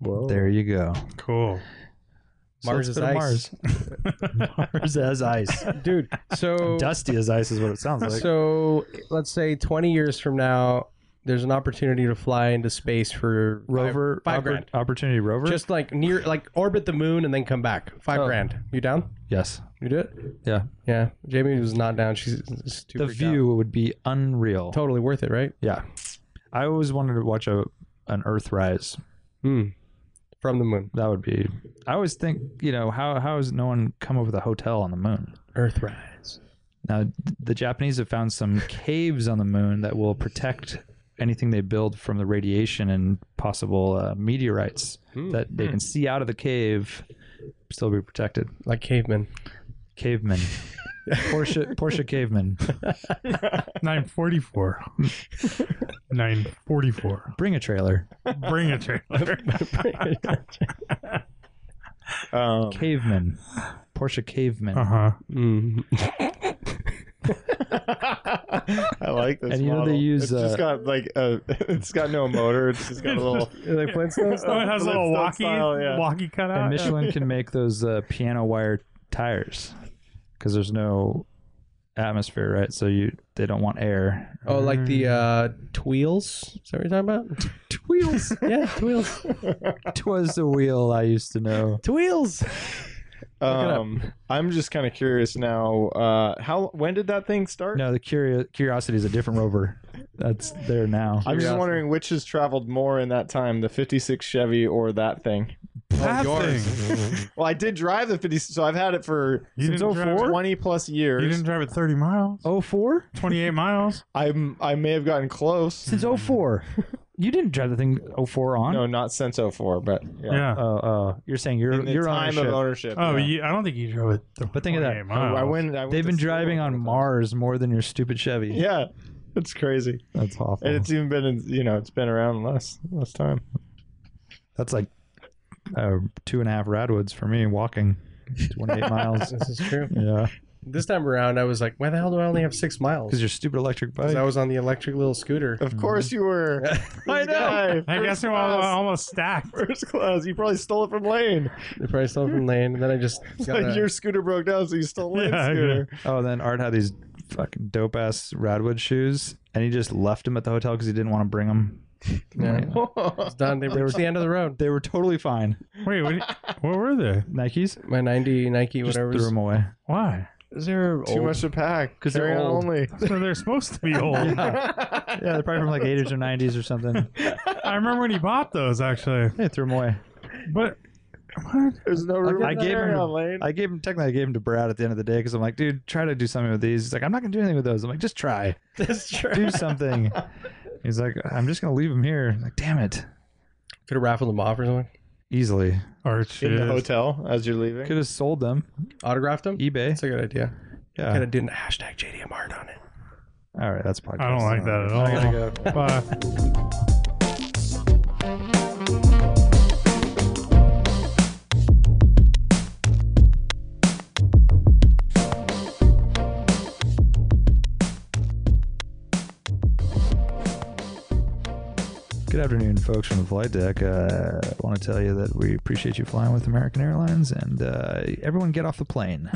There you go. Cool. So let's Mars is go to ice. Mars. Mars has ice. Dude, so Dusty as ice is what it sounds like. so let's say 20 years from now there's an opportunity to fly into space for five- rover five, oppor- grand. opportunity rover. Just like near like orbit the moon and then come back. 5 grand. You down? yes. You do it? Oh. Yeah. Yeah. Jamie was not down. She's she's too The freaked out. view would be unreal. totally worth it, right? Yeah. I always wanted to watch a an Earthrise. Hmm. From the moon. That would be. I always think, you know, how how has no one come up with a hotel on the moon? Earthrise. Now, th- the Japanese have found some caves on the moon that will protect anything they build from the radiation and possible uh, meteorites Hmm. that they can see out of the cave, still be protected. Like cavemen. Cavemen, Porsche Porsche cavemen, 944. 944. bring a trailer. Bring it trailer. Um, Cavemen, Porsche cavemen. Uh-huh. Uh huh. Hmm. Mm. I like this. And you know they model. use, It's just uh, got like a. It's got no motor. It's just got a little. Like Flintstones? Oh, it has a Flintstone little walkie, style, yeah. walkie cutout. And Michelin can make those uh, piano wire tires because there's no atmosphere, right? So you they don't want air. Oh, like the uh, Tweels? Is that what you're talking about? Wheels. yeah, Tweels. Twas the wheel I used to know. Tweels. Um, I'm just kind of curious now. Uh, how when did that thing start? No, the curio- curiosity is a different rover. That's there now. I'm just Curiosity. wondering which has traveled more in that time, the 56 Chevy or that thing. That yours. thing. Well, I did drive the 50, so I've had it for You since didn't drive 04? it? 20 plus years. You didn't drive it 30 miles, Oh four 28 miles. I'm I may have gotten close. since oh four. You didn't drive the thing oh four on. No, not since 04, but yeah. Yeah. Oh, oh, you're saying your In the your time ownership. of ownership. oh, yeah. you, I don't think you drove it. th- But think of that. 28 I- Miles. I went, I went They've to been school driving with on them. Mars more than your stupid Chevy. Yeah, it's crazy, that's awful. and it's even been in, you know it's been around less less time. that's like uh, two and a half Radwoods for me walking twenty eight miles. This is true. Yeah, This time around, I was like, why the hell do I only have six miles? because your stupid electric 'Cause bike. I was on the electric little scooter. Of course you were. I know. Mm-hmm. I guess it was almost stacked. First class, you probably stole it from Lane. They probably stole it from Lane, and then I just got Like a- your scooter broke down, so you stole Lane's Yeah, I scooter. Oh, then Art had these fucking dope ass Radwood shoes, and he just left them at the hotel because he didn't want to bring them. Yeah. It's done. They reached the end of the road. They were totally fine. Wait, what, what were they? Nikes. My 90 Nike, Just whatever. threw them away. Why? Is there Too much to pack. Because they're they're old. only. So they're supposed to be old. Yeah, they're probably from like 80s or 90s or something. I remember when he bought those actually. They threw them away. But what? There's no room. I in gave there him- on Lane. I gave him technically I gave him to Brad at the end of the day because I'm like, dude, try to do something with these. He's like, I'm not gonna do anything with those. I'm like, just try, That's true. do something. He's like, I'm just gonna leave them here. I'm like, damn it, Could have raffled them off or something. easily Arch in the is- hotel as you're leaving. could have sold them Autographed them. eBay. That's a good idea. Yeah. Could have done the hashtag JDM art on it. All right, that's podcast. I don't like that at all. Bye. Good Good afternoon, folks from the flight deck. Uh, I want to tell you that we appreciate you flying with American Airlines, and uh, everyone get off the plane.